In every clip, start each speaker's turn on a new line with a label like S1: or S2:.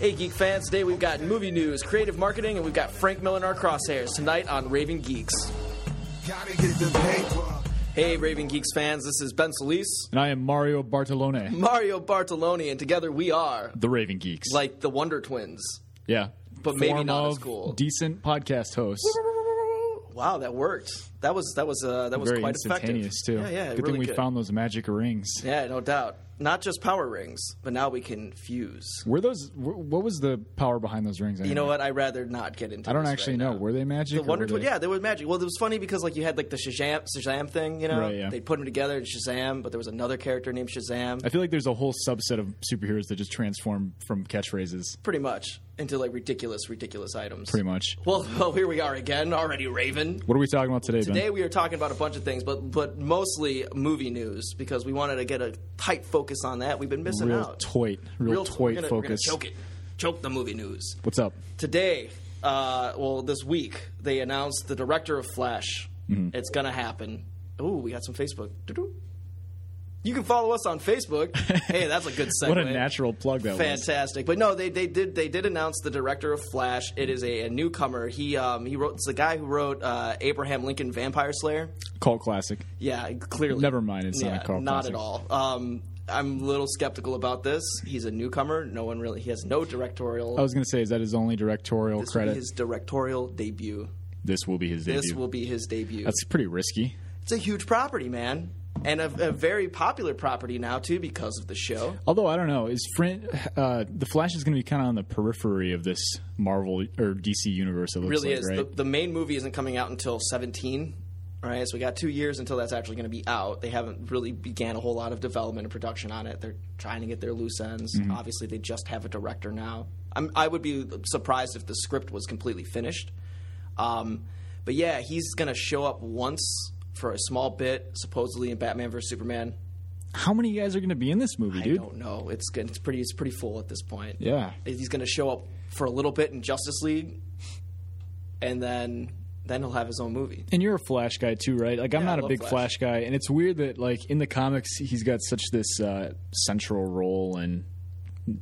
S1: Hey, Geek fans, today we've got movie news, creative marketing, and we've got Frank Miller in our crosshairs tonight on Raving Geeks.
S2: Gotta get the paper.
S1: Hey, Raving Geeks fans, this is Ben Solis,
S3: And I am Mario Bartolone,
S1: Mario Bartoloni, and together we are
S3: the Raven Geeks.
S1: like the Wonder Twins.
S3: yeah,
S1: but maybe
S3: Form
S1: not as
S3: of
S1: cool.
S3: Decent podcast host.
S1: Wow, that worked. That was that was uh, that was
S3: Very
S1: quite effective.
S3: instantaneous too.
S1: Yeah, yeah,
S3: good
S1: really
S3: thing we
S1: good.
S3: found those magic rings.
S1: Yeah, no doubt. Not just power rings, but now we can fuse.
S3: Were those? wh- What was the power behind those rings?
S1: You know what? I would rather not get into.
S3: I don't
S1: this
S3: actually
S1: right
S3: know.
S1: now.
S3: Were they magic?
S1: The
S3: or
S1: Wonder
S3: were
S1: Twin,
S3: they-
S1: yeah, there was magic. Well, it was funny because like you had like the Shazam, Shazam thing, you know,
S3: Right, yeah.
S1: they put them together in Shazam, but there was another character named Shazam,
S3: I feel like there's a whole subset of superheroes that just transform from catchphrases,
S1: pretty much into like ridiculous, ridiculous items.
S3: pretty much.
S1: Well, well, here we are again, already Raven.
S3: What are we talking about today,
S1: Today
S3: Ben?
S1: we are talking about a bunch of things, but but mostly movie news because we wanted to get a tight focus on that. We've been missing
S3: Real
S1: out.
S3: toit, real,
S1: t-
S3: toit
S1: we're gonna- we're gonna
S3: focus.
S1: choke it, choke the movie news
S3: What's up?
S1: today. Uh, well, this week they announced the director of Flash.
S3: Mm-hmm.
S1: It's gonna happen. Ooh, we got some Facebook. Doo-doo. You can follow us on Facebook. hey, that's a good segue.
S3: What a natural plug that was.
S1: Fantastic. But no, they, they did they did announce the director of Flash. It is a, a newcomer. He um he wrote it's the guy who wrote uh, Abraham Lincoln Vampire Slayer.
S3: Cult classic.
S1: Yeah, clearly.
S3: Never mind, it's not
S1: yeah,
S3: a cult
S1: Not
S3: classic.
S1: at all. Um, I'm a little skeptical about this. He's a newcomer. No one really. He has no directorial.
S3: I was going to say, is that his only directorial
S1: this will
S3: credit?
S1: be his directorial debut.
S3: this will be his debut.
S1: This will be his debut.
S3: That's pretty risky.
S1: it's a huge property, man, and a, a very popular property now too because of the show.
S3: Although I don't know, is Fran- uh, the Flash is going to be kind of on the periphery of this Marvel or DC universe. It looks
S1: really
S3: like,
S1: is.
S3: right?
S1: The, the main movie isn't coming out until 17. All right, so we got two years until that's actually going to be out. They haven't really began a whole lot of development and production on it. They're trying to get their loose ends.
S3: Mm-hmm.
S1: Obviously, they just have a director now. I'm, I would be surprised if the script was completely finished. Um, but yeah, he's going to show up once for a small bit, supposedly in Batman vs Superman.
S3: How many guys are going to be in this movie, dude?
S1: I don't know. It's good- it's pretty it's pretty full at this point.
S3: Yeah.
S1: he's going to show up for a little bit in Justice League, and then then he'll have his own movie.
S3: And you're a Flash guy too, right? Like I'm
S1: Yeah, I
S3: not a
S1: love
S3: big
S1: Flash.
S3: Flash. guy, and it's weird that like in the comics he's got such this uh, central role and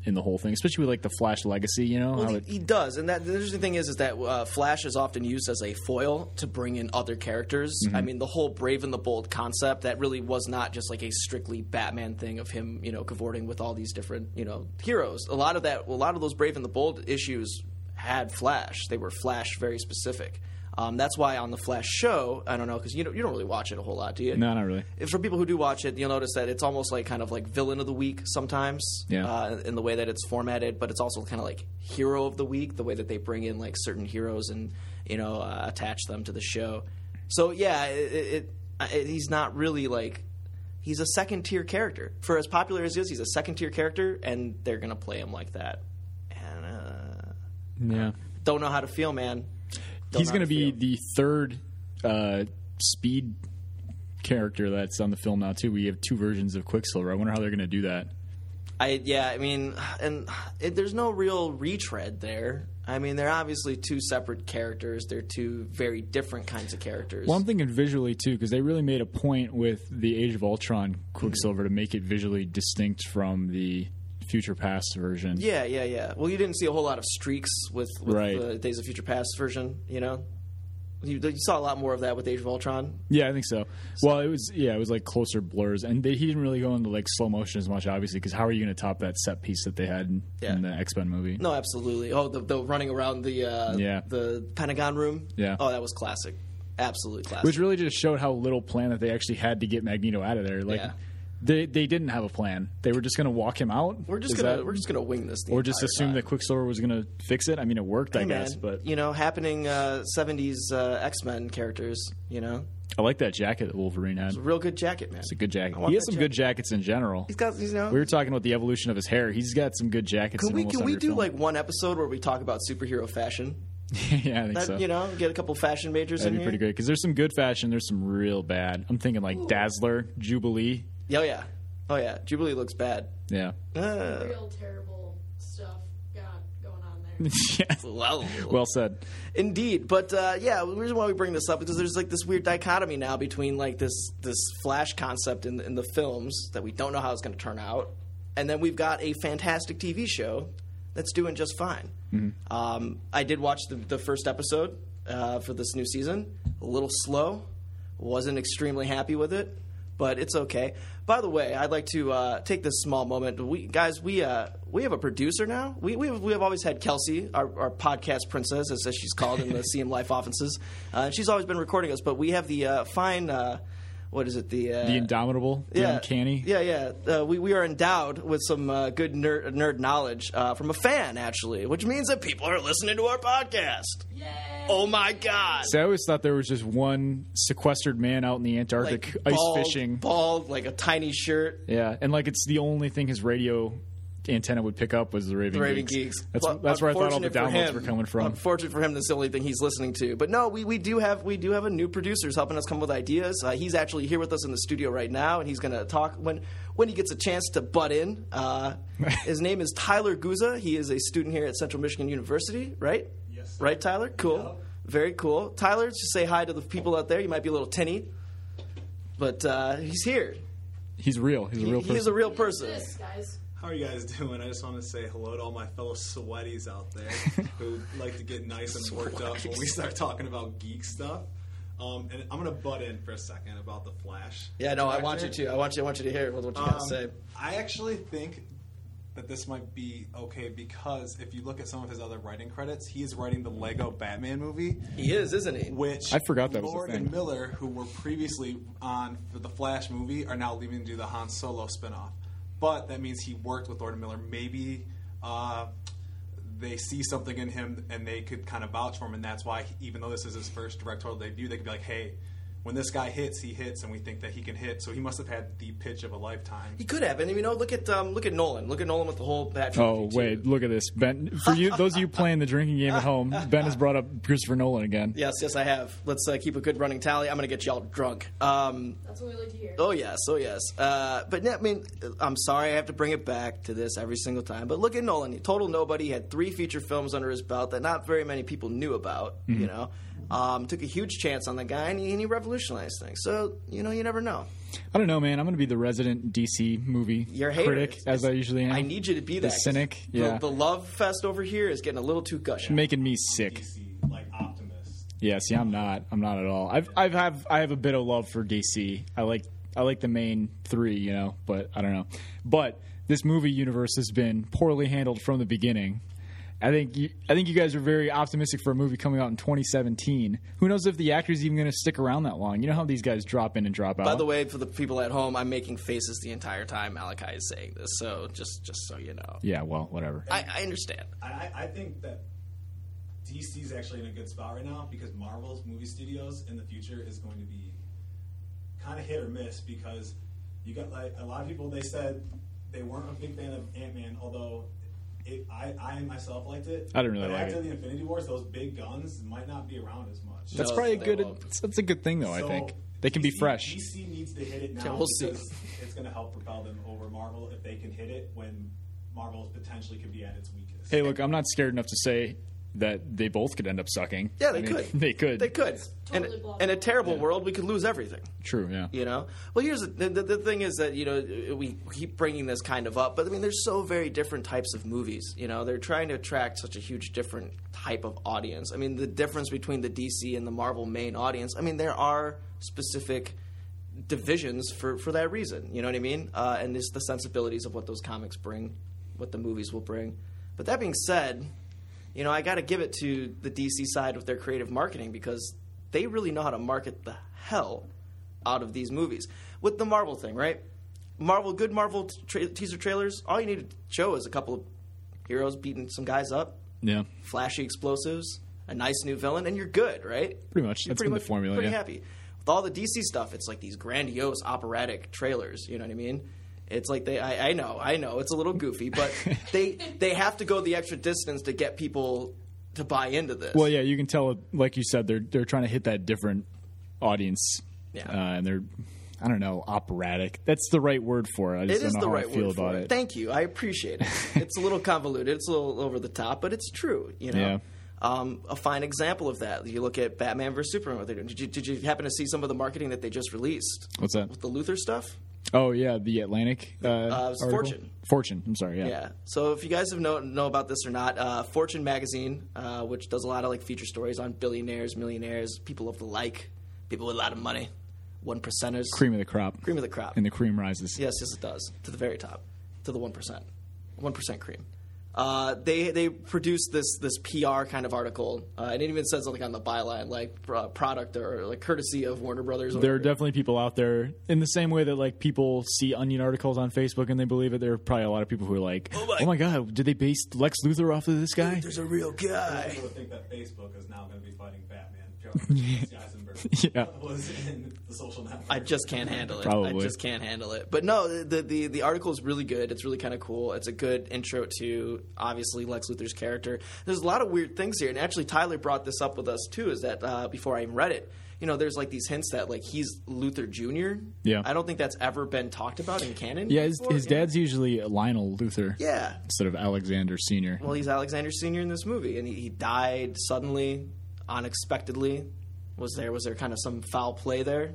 S3: in the whole thing, especially with like the Flash legacy. You know, how
S1: Well,
S3: it-
S1: he, he does, and that the interesting thing is, is that uh, Flash is often used as a foil to bring in other characters.
S3: Mm-hmm.
S1: I mean, the whole Brave and the Bold concept that really was not just like a strictly Batman thing of him, you know, cavorting with all these different, you know, heroes. A lot of that, a lot of those Brave and the Bold issues had Flash. They were Flash very specific. Um, that's why on the Flash show, I don't know because you don't, you don't really watch it a whole lot, do you?
S3: no, not really.
S1: if- for people who do watch it, you'll notice that it's almost like kind of like villain of the week sometimes,
S3: Yeah.
S1: uh, in the way that it's formatted. But it's also kind of like hero of the week, the way that they bring in like certain heroes and you know uh, attach them to the show. So yeah, it, it, it, I- it he's not really like he's a second tier character for as popular as he is. He's a second tier character, and they're gonna play him like that. And uh,
S3: Yeah,
S1: don't know how to feel, man. Don't
S3: he's
S1: know how
S3: going to be
S1: feel.
S3: the third uh, Speed character that's on the film now too. We have two versions of Quicksilver. I wonder how they're going to do that.
S1: I yeah, I mean, and it, there's no real retread there. I mean, they're obviously two separate characters. They're two very different kinds of characters.
S3: Well, I'm thinking visually too, because they really made a point with the Age of Ultron Quicksilver to make it visually distinct from the future past version.
S1: yeah, yeah, yeah. Well, you didn't see a whole lot of streaks with, with
S3: Right.
S1: the Days of Future Past version, you know. You, you saw a lot more of that with Age of Ultron.
S3: Yeah, I think so. Well, it was yeah, it was like closer blurs, and they, he didn't really go into like slow motion as much, obviously, because how are you going to top that set piece that they had in,
S1: Yeah.
S3: in the X Men movie?
S1: No, absolutely. Oh, the, the running around the uh,
S3: Yeah.
S1: the Pentagon room.
S3: Yeah.
S1: Oh, that was classic. Absolutely classic.
S3: Which really just showed how little plan that they actually had to get Magneto out of there. Like
S1: Yeah.
S3: they they didn't have a plan. They were just going to walk him out.
S1: we're just
S3: Is
S1: gonna
S3: that-
S1: we're just gonna wing this. The
S3: or just
S1: entire
S3: assume
S1: time.
S3: that Quicksilver was going to fix it. I mean, it worked, I
S1: Hey,
S3: guess.
S1: man,
S3: But
S1: you know, happening uh, '70s uh, X-Men characters. You know,
S3: I like that jacket that Wolverine had.
S1: real good jacket, man.
S3: It's a good jacket.
S1: want
S3: He has
S1: that
S3: some good jackets in general.
S1: He's got, you know.
S3: We were talking about the evolution of his hair. He's got some good jackets.
S1: can
S3: in
S1: we
S3: almost
S1: can we
S3: every
S1: do
S3: film.
S1: like one episode where we talk about superhero fashion?
S3: yeah, I think
S1: That,
S3: so.
S1: You know, get a couple fashion majors
S3: That'd
S1: in
S3: be
S1: here.
S3: pretty great because there's some good fashion. There's some real bad. I'm thinking like Dazzler, Jubilee.
S1: Oh yeah, oh yeah. Jubilee looks bad.
S3: Yeah.
S1: Uh,
S4: real terrible stuff got going on
S3: Mm.
S4: there.
S3: yeah.
S1: well,
S3: Well said.
S1: indeed. But uh, yeah, the reason why we bring this up because there's like this weird dichotomy now between like this this Flash concept in in the films that we don't know how it's going to turn out, and then we've got a fantastic TV show that's doing just fine. Um, I did watch the, the first episode uh, for this new season. A little slow. Wasn't extremely happy with it, but it's okay. By the way, I'd like to uh, take this small moment. We guys, we uh, we have a producer now. We we have, we have always had Kelsey, our, our podcast princess, as, as she's called in the CM Life offices. Uh, she's always been recording us, but we have the uh, fine. Uh, what is it? The uh,
S3: The indomitable, the uncanny.
S1: yeah, yeah. Uh, we, we are endowed with some uh, good nerd, nerd knowledge uh, from a fan, actually, which means that people are listening to our podcast. Oh my god!
S3: So I always thought there was just one sequestered man out in the Antarctic ice
S1: bald,
S3: fishing.
S1: bald, like a tiny shirt.
S3: Yeah, and like it's the only thing his radio antenna would pick up was the Raving,
S1: The Raving
S3: Geeks.
S1: Geeks.
S3: That's
S1: Well,
S3: that's where I thought all the
S1: unfortunate for
S3: downloads
S1: him-
S3: were coming from.
S1: Unfortunate for him, that's the only thing he's listening to. But no, we, we do have we do have a new producer who's helping us come up with ideas. Uh, he's actually here with us in the studio right now, and he's going to talk when when he gets a chance to butt in. Uh, his name is Tyler Guza. He is a student here at Central Michigan University, right? Yes. Right, Tyler. Cool. Very cool. Tyler, just say hi to the people out there. You might be a little tinny, but uh, he's here.
S3: He's real. He's a real
S1: he,
S3: person.
S1: He's a real person.
S4: This, guys.
S5: How are you guys doing? I just want to say hello to all my fellow sweaties out there who like to get nice and worked up when we start talking about geek stuff. Um, and I'm gonna butt in for a second about the Flash.
S1: Yeah, no, I
S5: director.
S1: want you to. I want you. I want you to hear what you got to
S5: Um,
S1: say.
S5: I actually think that this might be okay because if you look at some of his other writing credits, he is writing the Lego Batman movie,
S1: He is, isn't he?
S5: which
S3: I forgot that was a
S5: Lord
S3: thing.
S5: and Miller, who were previously on for the Flash movie, are now leaving to do the Han Solo spinoff. But that means he worked with Lord and Miller. Maybe uh, they see something in him and they could kind of vouch for him, and that's why, even though this is his first directorial debut, they could be like, hey. When this guy hits, he hits, and we think that he can hit. So he must have had the pitch of a lifetime.
S1: He could have, and you know, look at um, look at Nolan. Look at Nolan with the whole Batman.
S3: Oh wait, look at this, Ben. For you, those of you playing the drinking game at home, Ben has brought up Christopher Nolan again.
S1: Yes, yes, I have. Let's uh, keep a good running tally. I'm gonna get y'all drunk. Um,
S4: That's what we like to hear.
S1: oh yes, oh yes. Uh, but yeah, I mean, I'm sorry I have to bring it back to this every single time. But look at Nolan. Total nobody had three feature films under his belt that not very many people knew about.
S3: Mm-hmm.
S1: You know, um, took a huge chance on the guy, and he, and he revolutionized things. So you know, you never know.
S3: I don't know, man. I'm going to be the resident DC movie
S1: You're a hater.
S3: critic, as I usually am.
S1: I need you to be
S3: The
S1: that 'cause
S3: cynic, yeah.
S1: The, the love fest over here is getting a little too gushy.
S3: making me sick.
S5: DC, like optimist.
S3: Yeah, see, I'm not. I'm not at all. I've, I've have I have a bit of love for DC. I like I like the main three, you know, but I don't know. But this movie universe has been poorly handled from the beginning. I think you, I think you guys are very optimistic for a movie coming out in 2017. Who knows if the actor's even going to stick around that long? You know how these guys drop in and drop out.
S1: By the way, for the people at home, I'm making faces the entire time Malachi is saying this, so just just so you know.
S3: yeah, well, whatever.
S1: I, I understand.
S5: I, I think that DC's actually in a good spot right now because Marvel's movie studios in the future is going to be kind of hit or miss because you got like a lot of people they said they weren't a big fan of Ant Man, although it, I, I myself liked it.
S3: I didn't really
S5: but
S3: like
S5: after
S3: it.
S5: the Infinity Wars, those big guns might not be around as much.
S3: That's
S1: No,
S3: probably a
S1: they
S3: good.
S1: won't.
S3: That's, that's a good thing, though. I
S5: So,
S3: think they can be
S5: DC
S3: fresh.
S5: DC needs to hit it now
S1: Yeah, we'll see.
S5: because it's going to help propel them over Marvel if they can hit it when Marvel potentially could be at its weakest.
S3: Hey, look, I'm not scared enough to say that they both could end up sucking.
S1: Yeah,
S3: I
S1: they
S3: mean,
S1: could.
S3: They could.
S1: They could. In,
S4: totally blocked
S1: in a
S4: out.
S1: terrible world, we could lose everything.
S3: True. Yeah.
S1: You know. Well, here's the, the, the thing is that you know we keep bringing this kind of up, but I mean, there's so very different types of movies. You know, they're trying to attract such a huge different type of audience. I mean, the difference between the DC and the Marvel main audience. I mean, there are specific divisions for for that reason. You know what I mean? Uh, and it's the sensibilities of what those comics bring, what the movies will bring. But that being said, you know, I got to give it to the DC side with their creative marketing because they really know how to market the hell out of these movies. With the Marvel thing, right? Marvel, good Marvel t- tra- teaser trailers. All you need to show is a couple of heroes beating some guys up,
S3: Yeah.
S1: flashy explosives, a nice new villain, and you're good, right?
S3: Pretty much.
S1: You're
S3: That's been the formula,
S1: Pretty
S3: yeah.
S1: happy. With all the DC stuff, it's like these grandiose operatic trailers. You know what I mean? It's like they. I, I know. I know. It's a little goofy, but they they have to go the extra distance to get people to buy into this.
S3: Well, yeah, you can tell, like you said, they're they're trying to hit that different audience,
S1: Yeah.
S3: uh, and they're, I don't know, operatic. That's the right word for it. I just
S1: It
S3: don't
S1: is
S3: know
S1: the
S3: how
S1: right
S3: I feel
S1: word
S3: about
S1: for it.
S3: it.
S1: Thank you. I appreciate it. it's a little convoluted. It's a little over the top, but it's true. You know.
S3: Yeah.
S1: Um, a fine example of that. You look at Batman vs Superman. What they do. Did you, did you happen to see some of the marketing that they just released
S3: What's that?
S1: with the Luther stuff?
S3: Oh yeah, the Atlantic. Uh,
S1: it was
S3: article?
S1: Fortune.
S3: Fortune. I'm sorry. Yeah.
S1: Yeah. So if you guys have know, know about this or not, uh, Fortune magazine, uh, which does a lot of like feature stories on billionaires, millionaires, people of the like, people with a lot of money, one percenters,
S3: Cream of the crop.
S1: cream of the crop.
S3: And the cream rises.
S1: Yes, yes, it does. To the very top, to the one percent, one percent cream. Uh, they they produce this this PR kind of article, uh, and it even says like on the byline like uh, product or like courtesy of Warner Brothers. or
S3: There are
S1: whatever.
S3: definitely people out there in the same way that like people see onion articles on Facebook and they believe it. There are probably a lot of people who are like, "Oh my, god, did they base Lex Luthor off of this guy?"
S1: There's a real guy.
S5: also think that Facebook is now going to be fighting Batman. Jeffrey Eisenberg
S3: Yeah.
S5: was in the social network.
S1: I just can't handle it. I
S3: Probably.
S1: just can't handle it. But no, the the the article is really good. It's really kind of cool. It's a good intro to obviously Lex Luthor's character. There's a lot of weird things here, and actually Tyler brought this up with us too. Is that uh, before I even read it, you know, there's like these hints that like he's Luthor Junior.
S3: Yeah.
S1: I don't think that's ever been talked about in canon.
S3: Yeah, his,
S1: before,
S3: his
S1: you know?
S3: dad's usually Lionel Luthor
S1: Yeah.
S3: instead of Alexander Senior.
S1: Well, he's Alexander Senior in this movie, and he, he died suddenly, unexpectedly. Was there was there kind of some foul play there?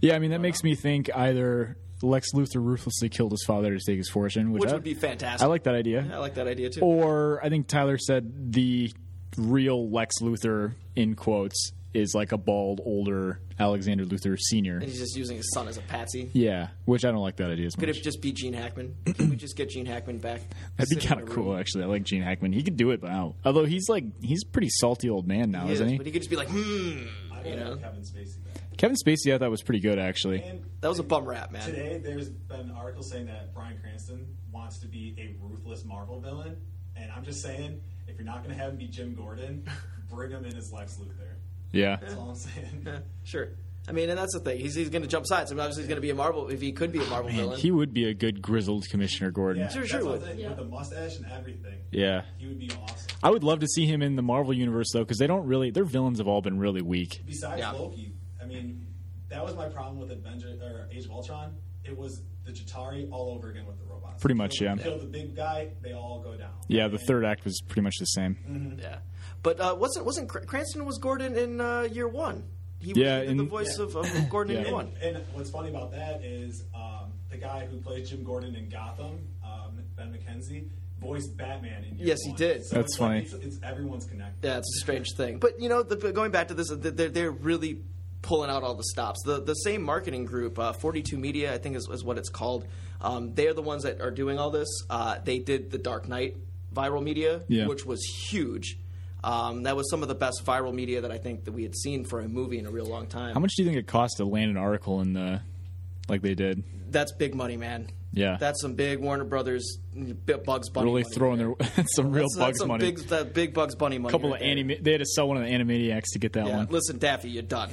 S3: Yeah, I mean that makes me think either Lex Luthor ruthlessly killed his father to take his fortune, which,
S1: Which
S3: I,
S1: would be fantastic.
S3: I like that idea.
S1: I like that idea too.
S3: Or I think Tyler said the real Lex Luthor in quotes is like a bald older Alexander Luthor Senior.
S1: and he's just using his son as a patsy.
S3: Yeah, which I don't like that idea as much.
S1: Could it just be Gene Hackman? Can we just get Gene Hackman back?
S3: That'd be
S1: Sit in
S3: kind of
S1: my
S3: cool,
S1: room.
S3: actually. I like Gene Hackman. He could do it now. Although he's like he's a pretty salty old man now,
S1: He is,
S3: isn't he?
S1: But he could just be like, hmm. You know,
S5: Kevin Spacey. back.
S3: Kevin Spacey, I thought was pretty good, actually.
S5: And
S1: that was a bum rap, man.
S5: Today, there's been an article saying that Brian Cranston wants to be a ruthless Marvel villain, and I'm just saying, if you're not going to have him be Jim Gordon, bring him in as Lex Luthor.
S3: Yeah,
S5: That's all I'm saying.
S1: Yeah, sure. I mean, and that's the thing. He's, he's going to jump sides. I mean, obviously, he's going to be a Marvel. If he could be a Marvel
S3: Oh, man,
S1: villain,
S3: he would be a good grizzled Commissioner Gordon.
S5: Yeah,
S1: Sure,
S5: that's
S1: sure
S5: what I'm
S1: would.
S5: saying,
S4: Yeah.
S5: With the mustache and everything,
S3: Yeah.
S5: he would be awesome.
S3: I would love to see him in the Marvel universe though, because they don't really their villains have all been really weak.
S5: Besides
S1: Yeah.
S5: Loki, I mean, that was my problem with Avenger or Age of Ultron. It was the Chitari all over again with the robots.
S3: Pretty much,
S5: Kill-
S3: yeah.
S5: Kill the big guy, they all go down.
S3: Yeah, the
S5: And-
S3: third act was pretty much the same.
S1: yeah. But uh, wasn't wasn't Cr- Cranston was Gordon in uh, year one? He
S3: Yeah,
S1: was
S3: in-
S1: the voice of, of Gordon in
S3: Yeah.
S1: year one.
S5: And, and what's funny about that is um, the guy who plays Jim Gordon in Gotham, um, Ben McKenzie, voiced Batman in year
S1: Yes, he
S5: one.
S1: did.
S5: So
S3: That's
S5: it's like
S3: funny.
S5: it's, it's everyone's connected.
S1: Yeah, it's a strange thing. But you know, the, but going back to this, they're, they're really pulling out all the stops. The the same marketing group, uh, Forty Two Media, I think is, is what it's called. Um, they're the ones that are doing all this. Uh, they did the Dark Knight viral media,
S3: Yeah.
S1: which was huge. Um, that was some of the best viral media that I think that we had seen for a movie in a real long time.
S3: How much do you think it cost to land an article in the like they did?
S1: That's big money, man.
S3: Yeah.
S1: that's some big Warner Brothers b- Bugs Bunny.
S3: Really
S1: money
S3: throwing
S1: right
S3: their some real
S1: there. That's- that's
S3: bugs
S1: some
S3: money.
S1: Big, that big Bugs Bunny money.
S3: couple
S1: right
S3: of
S1: there.
S3: anime. They had to sell one of the Animaniacs to get that
S1: Yeah,
S3: one.
S1: listen, Daffy, you're done.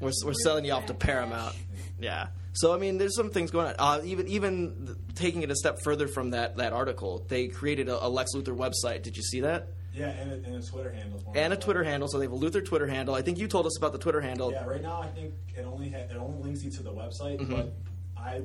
S1: We're, we're selling you off to Paramount. Yeah. So I mean, there's some things going on. Uh, even even th- taking it a step further from that that article, they created a, a Lex Luthor website. Did you see that?
S5: Yeah, and, a, and a Twitter handle. for
S1: And a
S5: him.
S1: Twitter handle. So they have a Luthor Twitter handle. I think you told us about the Twitter handle.
S5: Yeah, right now I think it only ha- it only links you to the website,
S1: Mm-hmm.
S5: but I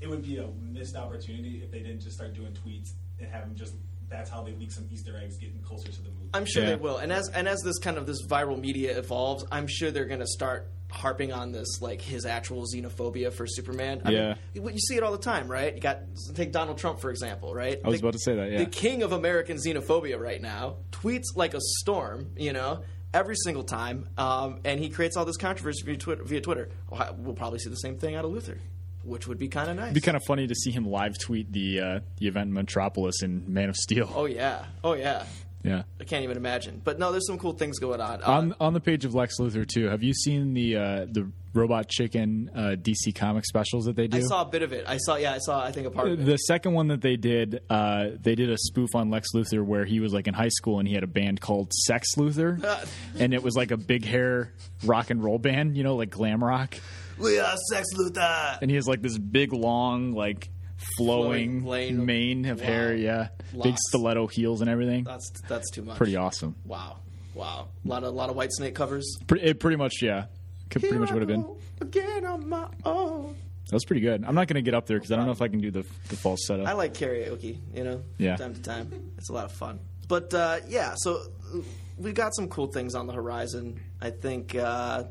S5: it would be a missed opportunity if they didn't just start doing tweets and have them just that's how they leak some Easter eggs getting closer to the movie.
S1: I'm sure
S3: Yeah.
S1: they will. And as and as this kind of this viral media evolves, I'm sure they're going to start harping on this like his actual xenophobia for Superman. I
S3: Yeah.
S1: mean, you see it all the time, right? You got take Donald Trump for example, right?
S3: I was about to say that, yeah.
S1: The king of American xenophobia right now tweets like a storm, you know. Every single time, um, and he creates all this controversy via Twitter. Via Twitter. Well, We'll probably see the same thing out of Luther, which would be kind of nice.
S3: It'd be kind of funny to see him live tweet the uh, the event in Metropolis in Man of Steel.
S1: oh yeah, oh yeah.
S3: Yeah.
S1: I can't even imagine. But no, there's some cool things going on. Uh,
S3: On on the page of Lex Luthor too. Have you seen the uh, the Robot Chicken uh, DC comic specials that they do?
S1: I saw a bit of it. I saw, yeah, I saw. I think a part of it.
S3: the second one that they did, uh, they did a spoof on Lex Luthor where he was like in high school and he had a band called Sex
S1: Uh.
S3: Luthor, and it was like a big hair rock and roll band, you know, like glam rock.
S1: We are Sex Luthor.
S3: And he has like this big long like flowing,
S1: Flowing lane of-
S3: mane of hair,
S1: Wow.
S3: yeah, big
S1: Lots.
S3: stiletty heels and everything.
S1: That's that's too much.
S3: Pretty awesome.
S1: Wow, wow. A lot of lot of White Snake covers.
S3: Pre- it pretty much, yeah. Could pretty much would have been. That
S1: again on my own.
S3: was pretty good. I'm not going to get up there because I don't know if I can do the the false setup.
S1: I like karaoke. You know,
S3: Yeah.
S1: Time to time, it's a lot of fun. But uh, yeah, so uh, we got some cool things on the horizon. I think. Uh,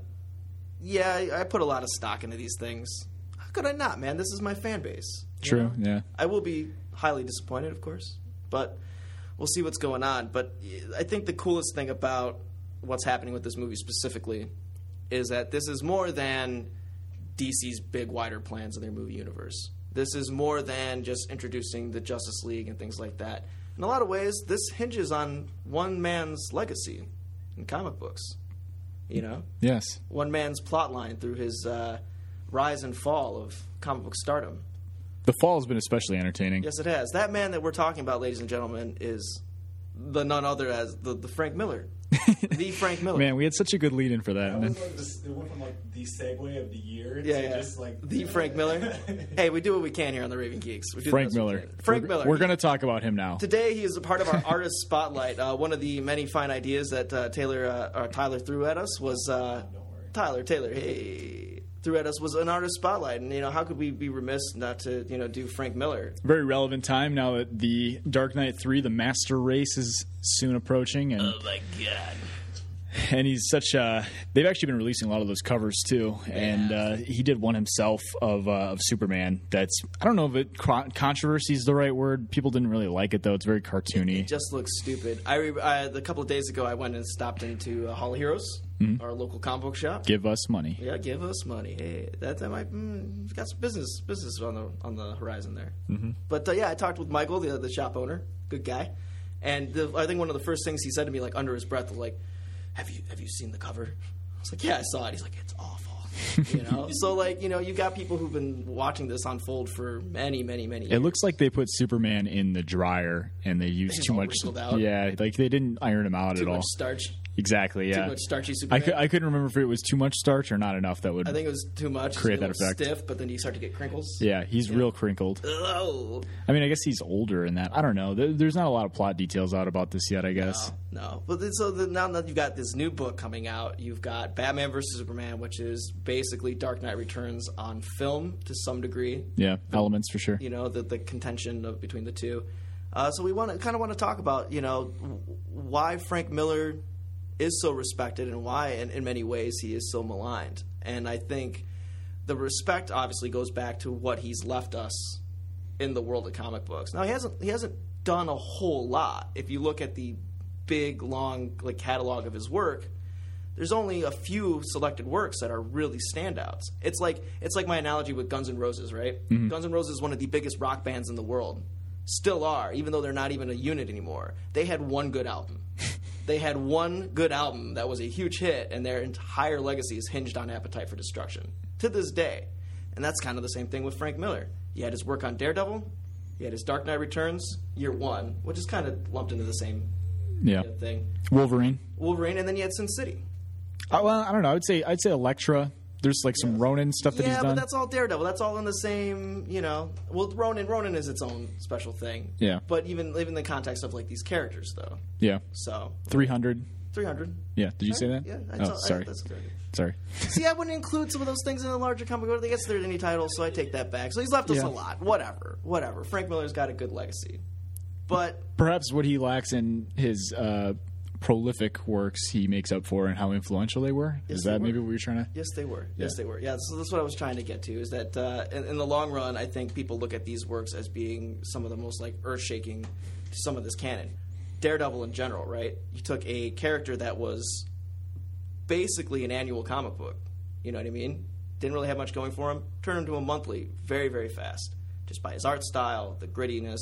S1: yeah, I, I put a lot of stock into these things. could I not, man? This is my fan base. you
S3: True,
S1: know?
S3: yeah.
S1: I will be highly disappointed, of course, but we'll see what's going on. But I think the coolest thing about what's happening with this movie specifically is that this is more than DC's big, wider plans in their movie universe. This is more than just introducing the Justice League and things like that. In a lot of ways, this hinges on one man's legacy in comic books. You know?
S3: Yes.
S1: one man's plotline through his uh, rise and fall of comic book stardom.
S3: The fall has been especially entertaining.
S1: Yes, it has. That man that we're talking about, ladies and gentlemen, is the none other as the, the Frank Miller, the Frank Miller.
S3: Man, we had such a good lead in for that.
S5: That
S3: And then,
S5: was like this, it went from like the segue of the year
S1: yeah,
S5: to
S1: yeah.
S5: just like
S1: the Frank Miller. hey, we do what we can here on the Raven Geeks. We do the
S3: Frank
S1: best we
S3: Miller.
S1: can. Frank
S3: We're-
S1: Miller.
S3: We're going to talk about him now.
S1: Today he is a part of our artist spotlight. Uh, one of the many fine ideas that uh, Taylor uh, or Tyler threw at us was uh, Tyler Taylor. Hey, threw at us was an artist spotlight, and you know how could we be remiss not to you know do Frank Miller?
S3: Very relevant time now that the Dark Knight 3, the master race, is soon approaching. And, oh, my God. And he's such a. They've actually been releasing a lot of those covers, too. And uh, he did one himself of, uh, of Superman that's. I don't know if it. Con- controversy is the right word. People didn't really like it, though. It's very cartoony.
S1: It just looks stupid. I, re- I a couple of days ago, I went and stopped into uh, Hall of Heroes, our local comic book shop.
S3: Mm-hmm. Give us money.
S1: yeah, give us money. Hey, that that might mm, it's got some business business on the on the horizon there. Mm-hmm. But uh, yeah, I talked with Michael, the the shop owner, good guy, and the, I think one of the first things he said to me, like under his breath, was like, "Have you have you seen the cover?" I was like, "Yeah, I saw it." He's like, "It's awful." you know, so like you know, you got people who've been watching this unfold for many, many, many.
S3: It
S1: years.
S3: looks like they put Superman in the dryer and they used
S1: He's
S3: too
S1: all
S3: much.
S1: wrinkled out.
S3: Yeah, like they didn't iron him out
S1: too
S3: at all.
S1: much starch.
S3: Exactly. Yeah.
S1: Too much starchy
S3: I,
S1: Superman.
S3: cou- I couldn't remember if it was too much starch or not enough. That would.
S1: I think it was too much.
S3: Create
S1: It
S3: that
S1: was
S3: effect.
S1: Stiff, but then you start to get crinkles.
S3: yeah, he's real crinkled.
S1: Oh
S3: I mean, I guess he's older in that. I don't know. There, there's not a lot of plot details out about this yet. I guess.
S1: no! But then, so the, now that you've got this new book coming out, you've got Batman versus Superman, which is basically Dark Knight Returns on film to some degree.
S3: Yeah, elements for sure.
S1: You know the the contention of between the two. Uh, so we want to kind of want to talk about you know w- why Frank Miller is so respected and why in, in many ways he is so maligned. And I think the respect obviously goes back to what he's left us in the world of comic books. Now he hasn't he hasn't done a whole lot. If you look at the big long like catalog of his work, there's only a few selected works that are really standouts. It's like it's like my analogy with Guns N' Roses, right? Guns N' Roses is one of the biggest rock bands in the world. Still are, even though they're not even a unit anymore. They had one good album. they had one good album that was a huge hit, and their entire legacy is hinged on Appetite for Destruction to this day. And that's kind of the same thing with Frank Miller. He had his work on Daredevil, he had his Dark Knight Returns, Year One, which is kind of lumped into the same
S3: Yeah.
S1: you know, thing.
S3: Wolverine.
S1: Wolverine, and then he had Sin City.
S3: Uh, well, I don't know. I would say I'd say Elektra. There's like some Ronin stuff that
S1: yeah,
S3: he's
S1: but
S3: done.
S1: that's all Daredevil. That's all in the same, you know. Well, Ronin, Ronin is its own special thing.
S3: Yeah.
S1: But even even in the context of like these characters, though.
S3: yeah.
S1: So
S3: Three hundred.
S1: three hundred.
S3: Yeah. Did you say that?
S1: Yeah.
S3: Oh, sorry.
S1: that's okay.
S3: sorry.
S1: See, I wouldn't include some of those things in a larger comic book. I guess they're any title, so I take that back. So he's left us
S3: Yeah.
S1: a lot. Whatever, whatever. Frank Miller's got a good legacy, but
S3: perhaps what he lacks in his uh, prolific works, he makes up for in how influential they were. Is
S1: they
S3: that
S1: were.
S3: maybe what you're trying to?
S1: Yes, they were. Yes, they were. Yeah, so that's what I was trying to get to is that uh, in, in the long run, I think people look at these works as being some of the most like earth shaking to some of this canon. Daredevil in general, right? You took a character that was basically an annual comic book. You know what I mean? Didn't really have much going for him. Turned into a monthly very, very fast, just by his art style, the grittiness.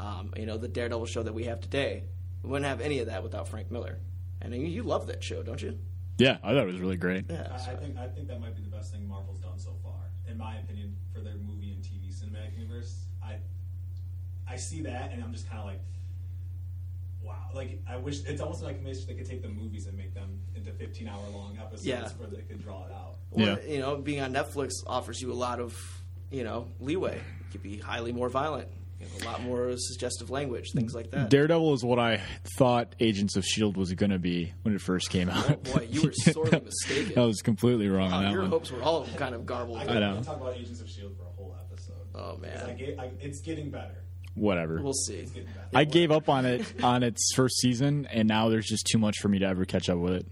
S1: Um, you know, the Daredevil show that we have today. We wouldn't have any of that without Frank Miller. And you, you love that show, don't you?
S3: Yeah, I thought it was really great.
S5: I,
S1: Yeah.
S5: I think I think that might be the best thing Marvel's done so far, in my opinion, for their movie and TV cinematic universe. I I see that, and I'm just kind of like, wow. Like I wish it's almost like I wish they could take the movies and make them into 15 hour long episodes
S1: Yeah.
S5: where they could draw it out.
S1: Well,
S3: Yeah.
S1: you know, being on Netflix offers you a lot of, you know, leeway. You could be highly more violent, you have a lot more suggestive language, things like that.
S3: Daredevil is what I thought Agents of Shield E was going to be when it first came out.
S1: Oh, boy, you were sorely mistaken.
S3: I was completely wrong
S1: Wow,
S3: on that
S1: Oh, your
S3: one.
S1: hopes were all kind of garbled.
S5: I
S3: I
S5: could
S3: know.
S5: talk about Agents of Shield E for a whole episode.
S1: Oh, man.
S5: 'Cause I get, I, it's getting better.
S3: Whatever.
S1: We'll see.
S5: It's getting better.
S3: I gave up on it on its first season, and now there's just too much for me to ever catch up with it.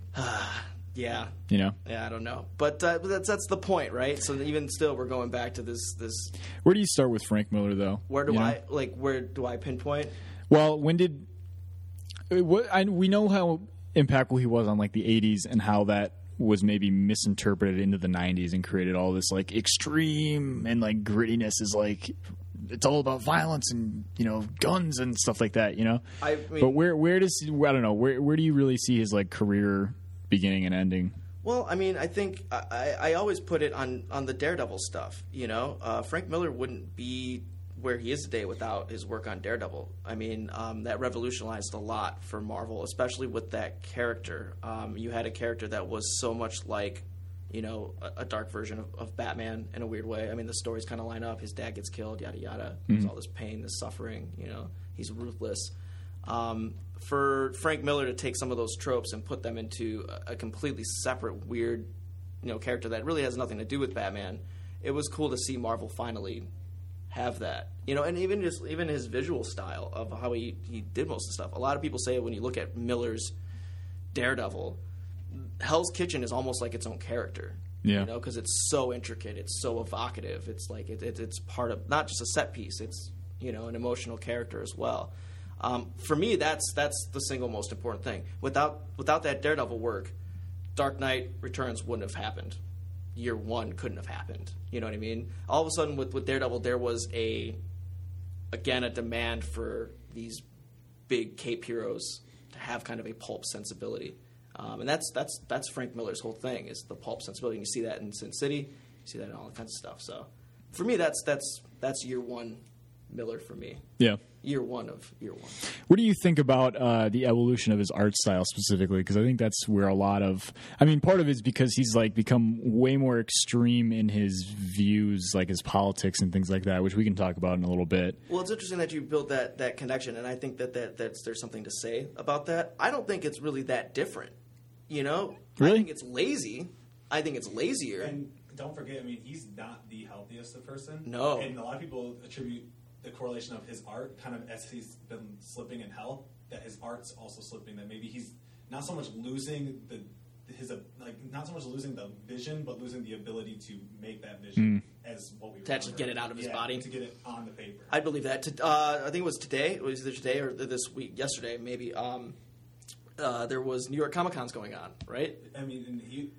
S1: Yeah.
S3: You know,
S1: Yeah, I don't know, but uh, but that's that's the point, right? So even still, we're going back to this this.
S3: where do you start with Frank Miller though?
S1: Where do
S3: You know?
S1: I like? Where do I pinpoint?
S3: Well, when did uh, what, I, we know how impactful he was on like the '80s and how that was maybe misinterpreted into the '90s and created all this like extreme and like grittiness is like it's all about violence and you know guns and stuff like that. You know,
S1: I mean-
S3: but where where does I don't know where where do you really see his like career beginning and ending?
S1: Well, I mean, I think I, I- I always put it on on the Daredevil stuff. You know, uh, Frank Miller wouldn't be where he is today without his work on Daredevil. I mean, um, that revolutionized a lot for Marvel, especially with that character. Um, you had a character that was so much like, you know, a, a dark version of, of Batman in a weird way. I mean, the stories kind of line up. His dad gets killed, yada yada. There's all this pain, this suffering. You know, he's ruthless um, for Frank Miller to take some of those tropes and put them into a, a completely separate, weird, you know, character that really has nothing to do with Batman. It was cool to see Marvel finally have that, you know, and even just even his visual style of how he he did most of the stuff. A lot of people say when you look at Miller's Daredevil, Hell's Kitchen is almost like its own character.
S3: Yeah.
S1: You know, because it's so intricate, it's so evocative. It's like it, it, it's part of not just a set piece. It's you know an emotional character as well. Um, for me, that's that's the single most important thing. Without without that Daredevil work, Dark Knight Returns wouldn't have happened. Year one couldn't have happened. You know what I mean? All of a sudden, with with Daredevil, there was a again a demand for these big cape heroes to have kind of a pulp sensibility, um, and that's that's that's Frank Miller's whole thing is the pulp sensibility. And you see that in Sin City, you see that in all kinds of stuff. So, for me, that's that's that's year one Miller for me.
S3: Yeah.
S1: Year one of year one.
S3: What do you think about uh, the evolution of his art style specifically? Because I think that's where a lot of, I mean, part of it is because he's like become way more extreme in his views, like his politics and things like that, which we can talk about in a little bit.
S1: Well, it's interesting that you build that that connection, and I think that, that that's there's something to say about that. I don't think it's really that different. You know,
S3: Really?
S1: I think it's lazy. I think it's lazier.
S5: And don't forget, I mean, he's not the healthiest of person.
S1: No.
S5: And a lot of people attribute the correlation of his art, kind of as he's been slipping in health, that his art's also slipping. That maybe he's not so much losing the his uh, like not so much losing the vision, but losing the ability to make that vision as what we
S1: To actually
S5: remember.
S1: get it out of his
S5: Yeah,
S1: body.
S5: to get it on the paper.
S1: I believe that. To- Uh, I think it was today. It was either today or th- this week, yesterday, maybe. Um, uh, there was New York Comic Con's going on, right?
S5: I mean, and he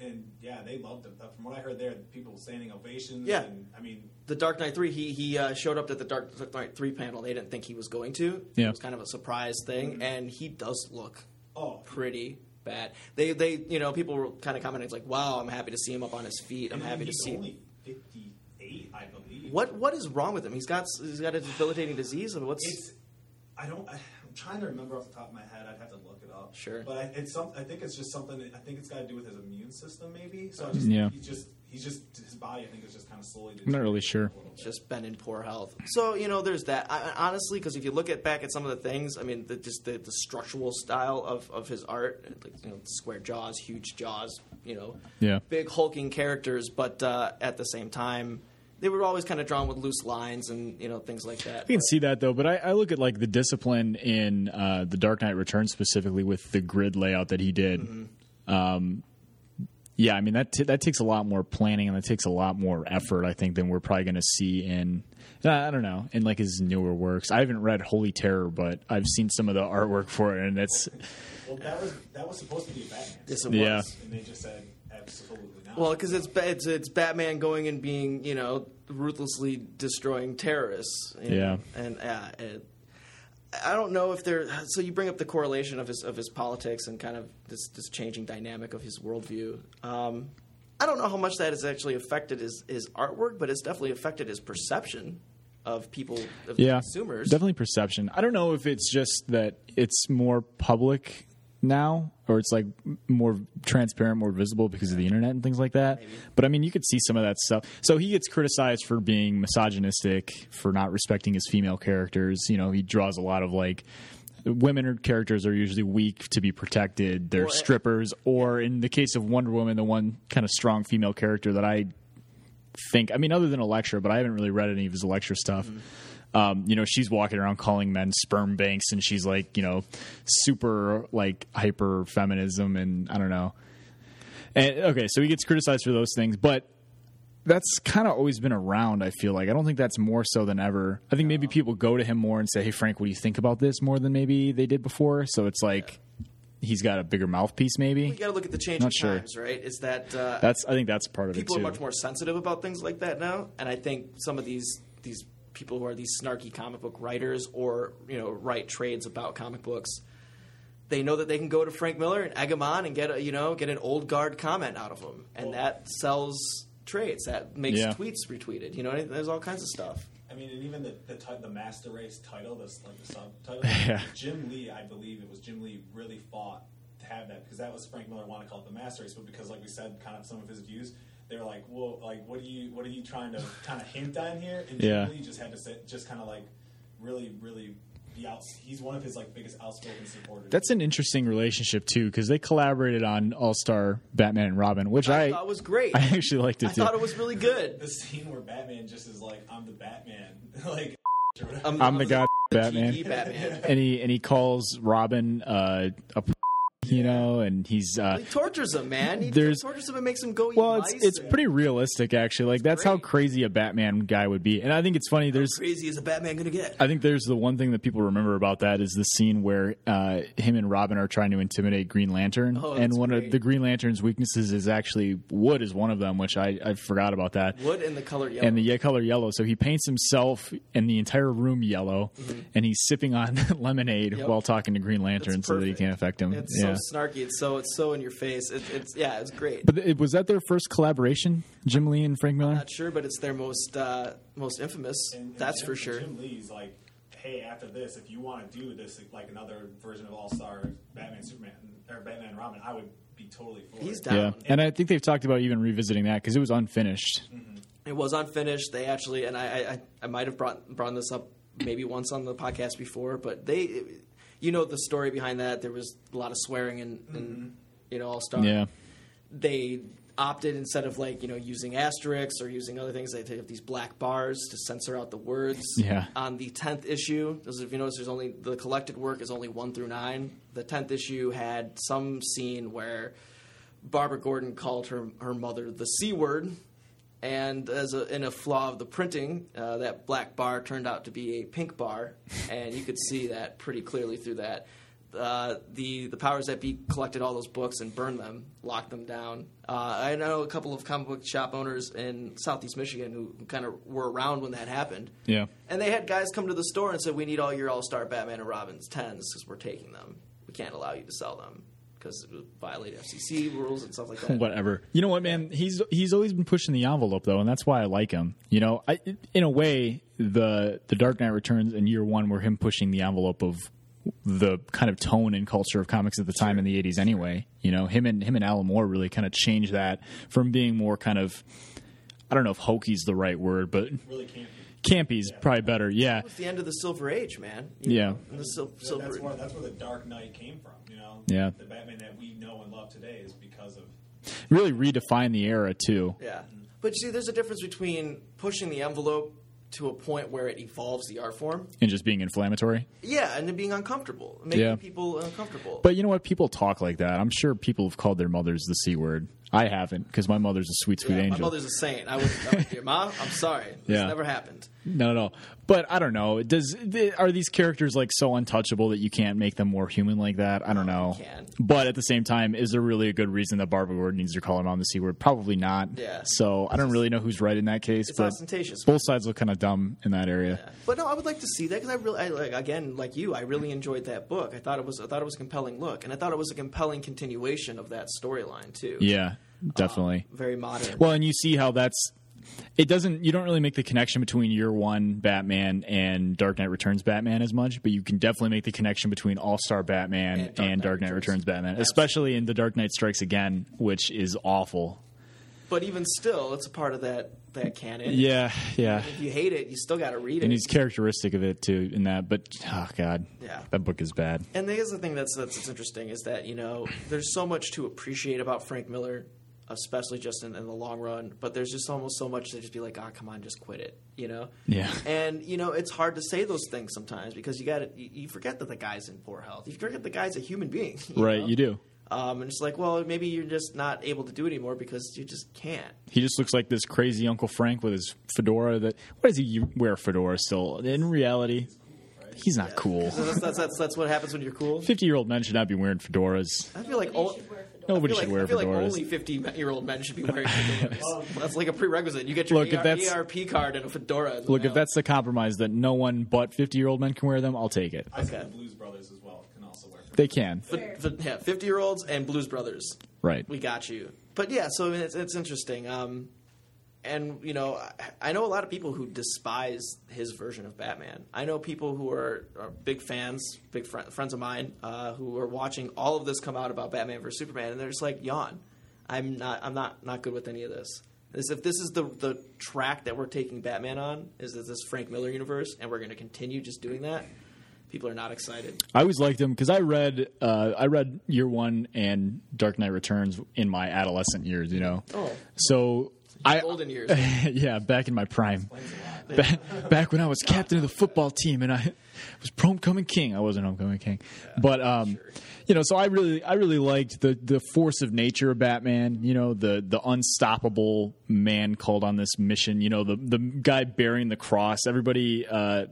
S5: and yeah, they loved him. But from what I heard, there people standing ovations.
S1: Yeah.
S5: And, I mean,
S1: The Dark Knight Three. He he uh, showed up at the Dark, Dark Knight Three panel. They didn't think he was going to.
S3: Yeah.
S1: It was kind of a surprise thing, and he does look
S5: oh,
S1: pretty bad. They they you know people were kind of commenting it's like, wow, I'm happy to see him up on his feet. I'm
S5: and
S1: happy to
S5: he's
S1: see. him."
S5: only fifty-eight, I believe.
S1: What what is wrong with him? He's got s- he's got a debilitating disease. I mean, what's
S5: It's I don't. I'm trying to remember off the top of my head. I'd have to look it up.
S1: Sure.
S5: But I, it's some. I think it's just something. I think it's got to do with his immune system, maybe. So I just,
S3: Yeah.
S5: He just. He's just. His body. I think is just kind of slowly.
S3: I'm not really sure.
S1: just been in poor health. So you know, there's that. I, I- honestly, because if you look at back at some of the things, I mean, the, just the, the structural style of, of his art, like you know, square jaws, huge jaws, you know,
S3: Yeah.
S1: big hulking characters, but uh, at the same time, they were always kind of drawn with loose lines and you know things like that.
S3: I can see that though, but I, I look at like the discipline in uh, the Dark Knight Returns specifically with the grid layout that he did. Um, yeah, I mean that t- that takes a lot more planning and that takes a lot more effort, I think, than we're probably going to see in uh, I don't know in like his newer works. I haven't read Holy Terror, but I've seen some of the artwork for it, and it's
S5: Well, that was that was supposed to be a Batman.
S1: Yes, it
S3: Yeah.
S1: was.
S5: And they just said absolutely not.
S1: Well, because it's, ba- it's it's Batman going and being you know ruthlessly destroying terrorists. you know, and uh, it, I don't know if there. So you bring up the correlation of his of his politics and kind of this this changing dynamic of his worldview. Um, I don't know how much that has actually affected his his artwork, but it's definitely affected his perception of people of
S3: yeah,
S1: consumers.
S3: definitely perception. I don't know if it's just that it's more public now, or it's like m- more transparent, more visible because of the internet and things like that. But I mean, you could see some of that stuff. So he gets criticized for being misogynistic, for not respecting his female characters. You know, he draws a lot of like. Women are- characters are usually weak to be protected. They're
S1: Well, I-
S3: strippers, or in the case of Wonder Woman, the one kind of strong female character that I think I mean other than Electra, but I haven't really read any of his Electra stuff. Um, you know, she's walking around calling men sperm banks, and she's like, you know, super like hyper feminism, and I don't know. And, okay, so he gets criticized for those things, but that's kind of always been around. I feel like I don't think that's more so than ever. I think maybe people go to him more and say, "Hey, Frank, what do you think about this?" More than maybe they did before. So it's like he's got a bigger mouthpiece. Maybe
S1: You got to look at the change
S3: Not
S1: in
S3: sure.
S1: times, right? Is that uh,
S3: that's. I think that's part of
S1: people
S3: it
S1: are
S3: too.
S1: much more sensitive about things like that now, and I think some of these these people who are these snarky comic book writers or you know write trades about comic books, they know that they can go to Frank Miller and egg him on and get a, you know get an old guard comment out of him, and that sells trades. That makes
S3: Yeah.
S1: tweets retweeted. You know, there's all kinds of stuff.
S5: I mean, and even the the, ti- the master race title, this like the subtitle.
S3: Yeah.
S5: Jim Lee, I believe it was Jim Lee, really fought to have that because that was Frank Miller wanted to call it the master race, but because like we said, kind of some of his views, they were like, well, like what are you what are you trying to kind of hint on here? And Jim
S3: Yeah.
S5: Lee just had to sit, just kind of like really, really be out. He's one of his like biggest outspoken supporters.
S3: That's an interesting relationship too, because they collaborated on All Star Batman and Robin, which I
S1: I, thought it was great.
S3: I
S1: I,
S3: actually liked it too.
S1: thought it was really good.
S5: the scene where Batman just is like, I'm the Batman, like. or whatever.
S1: I'm,
S3: I'm the god Batman.
S1: TV Batman.
S3: and he and he calls Robin uh, a p- you know, and he's uh,
S1: He tortures him, man. He
S3: There's-
S1: tortures him and makes him go. eat
S3: well, it's
S1: mice
S3: it's
S1: and-
S3: pretty realistic actually. Like that's how
S1: great.
S3: crazy a Batman guy would be, and I think it's funny. There's
S1: crazy is a Batman going to get?
S3: I think there's the one thing that people remember about that is the scene where uh, him and Robin are trying to intimidate Green Lantern,
S1: Oh,
S3: and
S1: that's
S3: one of
S1: great.
S3: the Green Lantern's weaknesses is actually wood is one of them, which I, I forgot about that.
S1: Wood and the color yellow.
S3: and the ye- color yellow. So he paints himself and the entire room yellow, and he's sipping on lemonade
S1: Mm-hmm. Yep.
S3: while talking to Green Lantern so that he
S1: perfect.
S3: can't affect him.
S1: it's so
S3: yeah.
S1: snarky. It's so it's so in your face. It, it's yeah, it's great.
S3: but it, was that their first collaboration, Jim Lee and Frank Miller?
S1: Not sure, but it's their most uh, most infamous.
S5: And- and
S1: that's
S5: Jim-
S1: for
S5: and
S1: sure.
S5: Jim Lee's like, hey, after this, if you want to do this, like another version of All Star Batman, Superman, or Batman and Robin, I would be totally for
S1: He's
S5: it.
S1: down.
S3: Yeah, and I think they've talked about even revisiting that because it was unfinished.
S1: It was unfinished. They actually, and I I, I- I might have brought brought this up maybe once on the podcast before, but they, you know, the story behind that. There was a lot of swearing and,
S5: Mm-hmm.
S1: and you know all star.
S3: Yeah,
S1: they opted instead of like you know using asterisks or using other things they have these black bars to censor out the words
S3: Yeah.
S1: on the 10th issue as if you notice there's only the collected work is only 1 through 9 the 10th issue had some scene where barbara gordon called her, her mother the c word and as a, in a flaw of the printing uh, that black bar turned out to be a pink bar and you could see that pretty clearly through that uh, the the powers that be collected all those books and burned them, locked them down. Uh, I know a couple of comic book shop owners in Southeast Michigan who kind of were around when that happened.
S3: yeah.
S1: And they had guys come to the store and said, "We need all your All Star Batman and Robins tens because we're taking them. We can't allow you to sell them because it would violate FCC rules and stuff like that."
S3: whatever. You know what, man? He's he's always been pushing the envelope though, and that's why I like him. You know, I in a way the the Dark Knight Returns and Year One were him pushing the envelope of the kind of tone and culture of comics at the time in the 80s anyway you know him and him and alan moore really kind of changed that from being more kind of i don't know if hokey's the right word but
S5: really can't.
S3: campy's probably better yeah
S1: It's the end of the Silver Age, man. You
S3: yeah
S1: know, and the sil-
S5: Be.
S1: Silver
S5: That's where that's where the Dark Knight came from. You know,
S3: Yeah.
S5: the Batman that we know and love today is because of
S3: really redefined the era too
S1: Yeah. But see, there's a difference between pushing the envelope to a point where it evolves the art form
S3: and just being inflammatory
S1: Yeah, and then being uncomfortable, making
S3: Yeah.
S1: people uncomfortable.
S3: But you know what? People talk like that. I'm sure people have called their mothers the c word. I haven't because my mother's a sweet, sweet
S1: yeah, my
S3: angel.
S1: mother's a saint. I would, I would dear mom. I'm sorry. This
S3: Yeah.
S1: never happened.
S3: Not at all. But I don't know. Does th- are these characters like so untouchable that you can't make them more human like that? I don't know.
S1: you can.
S3: But at the same time, is there really a good reason that Barbara Gordon needs to call her mom the c word? Probably not.
S1: Yeah.
S3: So I don't really know who's right in that case.
S1: It's
S3: but
S1: ostentatious.
S3: both sides look kind of dumb in that area.
S1: But no, I would like to see that because I really, I, like, again, like you, I really enjoyed that book. I thought it was, I thought it was a compelling look, and I thought it was a compelling continuation of that storyline too.
S3: Yeah, definitely.
S1: very modern.
S3: Well, and you see how that's it doesn't you don't really make the connection between year one Batman and Dark Knight Returns Batman as much, but you can definitely make the connection between All Star Batman and
S1: And Dark
S3: Dark,
S1: Knight
S3: Knight Returns,
S1: Returns.
S3: Batman, especially in The Dark Knight Strikes Again, which is awful.
S1: but even still, it's a part of that that canon.
S3: Yeah, yeah.
S1: If you hate it, you still got to read it.
S3: And he's characteristic of it too in that, but oh god,
S1: Yeah.
S3: that book is bad.
S1: And the other thing that's, that's that's interesting is that you know there's so much to appreciate about Frank Miller, especially just in, in the long run. But there's just almost so much to just be like, ah, come on, just quit it, you know?
S3: Yeah.
S1: And you know it's hard to say those things sometimes because you got to you, you forget that the guy's in poor health. You forget the guy's a human being, you
S3: right,
S1: know?
S3: you do.
S1: Um, and it's like, well, maybe you're just not able to do it anymore because you just can't.
S3: He just looks like this crazy Uncle Frank with his fedora. That what does he wear fedora still? In reality, he's not cool.
S1: So that's, that's, that's, that's what happens when you're cool.
S3: Fifty year old men should not be wearing fedoras.
S1: I feel like all,
S4: should wear fedoras.
S1: I feel
S3: Nobody
S1: like,
S3: should wear
S1: I feel like
S3: fedoras.
S1: only 50 year old men should be wearing fedoras. that's like a prerequisite. You get your
S3: Look, if
S1: AR
S3: that's-
S1: ARP card and a fedora. in the
S3: Look, if
S1: mail.
S3: that's the compromise that no one but fifty year old men can wear them, I'll take it.
S5: I see the
S1: Okay.
S5: Blues Brothers as well can also wear.
S3: They can,
S1: F- f- yeah, 50 year olds and Blues Brothers.
S3: right?
S1: we got you. But yeah, so it's, it's interesting. Um, and you know, I, I know a lot of people who despise his version of Batman. I know people who are, are big fans, big fri friends of mine, uh, who are watching all of this come out about Batman versus Superman, and they're just like, "Yawn, I'm not, I'm not, not good with any of this." This, if this is the the track that we're taking Batman on, is this this Frank Miller universe, and we're going to continue just doing that? People are not excited.
S3: I always liked him because I read uh, I read Year One and Dark Knight Returns in my adolescent years. You know,
S1: Oh.
S3: so I
S1: Golden years.
S3: yeah, back in my prime, back, back when I was captain of the football team and I was homecoming king. I wasn't homecoming king, but um, you know, so I really, I really liked the the force of nature of Batman. You know, the the unstoppable man called on this mission. You know, the the guy bearing the cross. Everybody. Uh,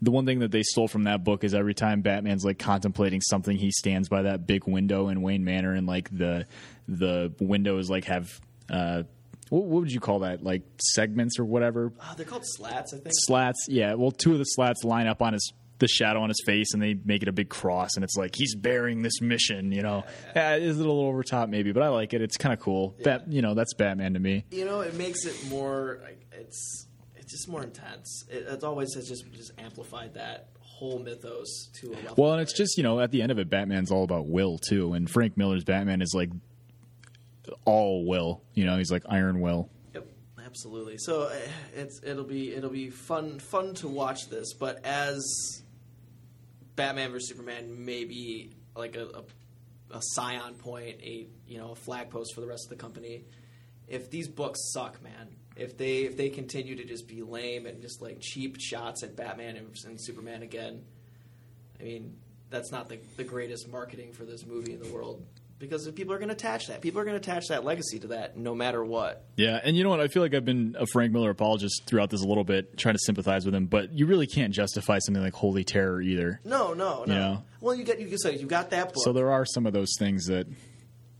S3: the one thing that they stole from that book is every time Batman's like contemplating something, he stands by that big window in Wayne Manor, and like the the windows like have uh, what, what would you call that? Like segments or whatever
S1: Oh, they're called slats, I think.
S3: slats. Yeah, well, two of the slats line up on his the shadow on his face, and they make it a big cross, and it's like he's bearing this mission. You know, yeah, it is a little over top maybe, but I like it. It's kind of cool. Bat, you know, that's Batman to me.
S1: you know it makes it more like, it's it's just more intense it, it always has just just amplified that whole mythos to a level
S3: Well, and it's just you know, at the end of it, Batman's all about will too, and Frank Miller's Batman is like all will. You know, he's like Iron Will.
S1: Yep, absolutely. So uh, it's it'll be it'll be fun fun to watch this, but as Batman vs Superman, maybe like a, a a scion point, a you know a flag post for the rest of the company. If these books suck, man, if they if they continue to just be lame and just like cheap shots at Batman and, and Superman again, I mean that's not the the greatest marketing for this movie in the world because people are going to attach that. People are going to attach that legacy to that no matter what.
S3: Yeah, and you know what? I feel like I've been a Frank Miller apologist throughout this a little bit, trying to sympathize with him, but you really can't justify something like Holy Terror either.
S1: No, no, no.
S3: Yeah.
S1: Well, you get you said you got that book.
S3: So there are some of those things that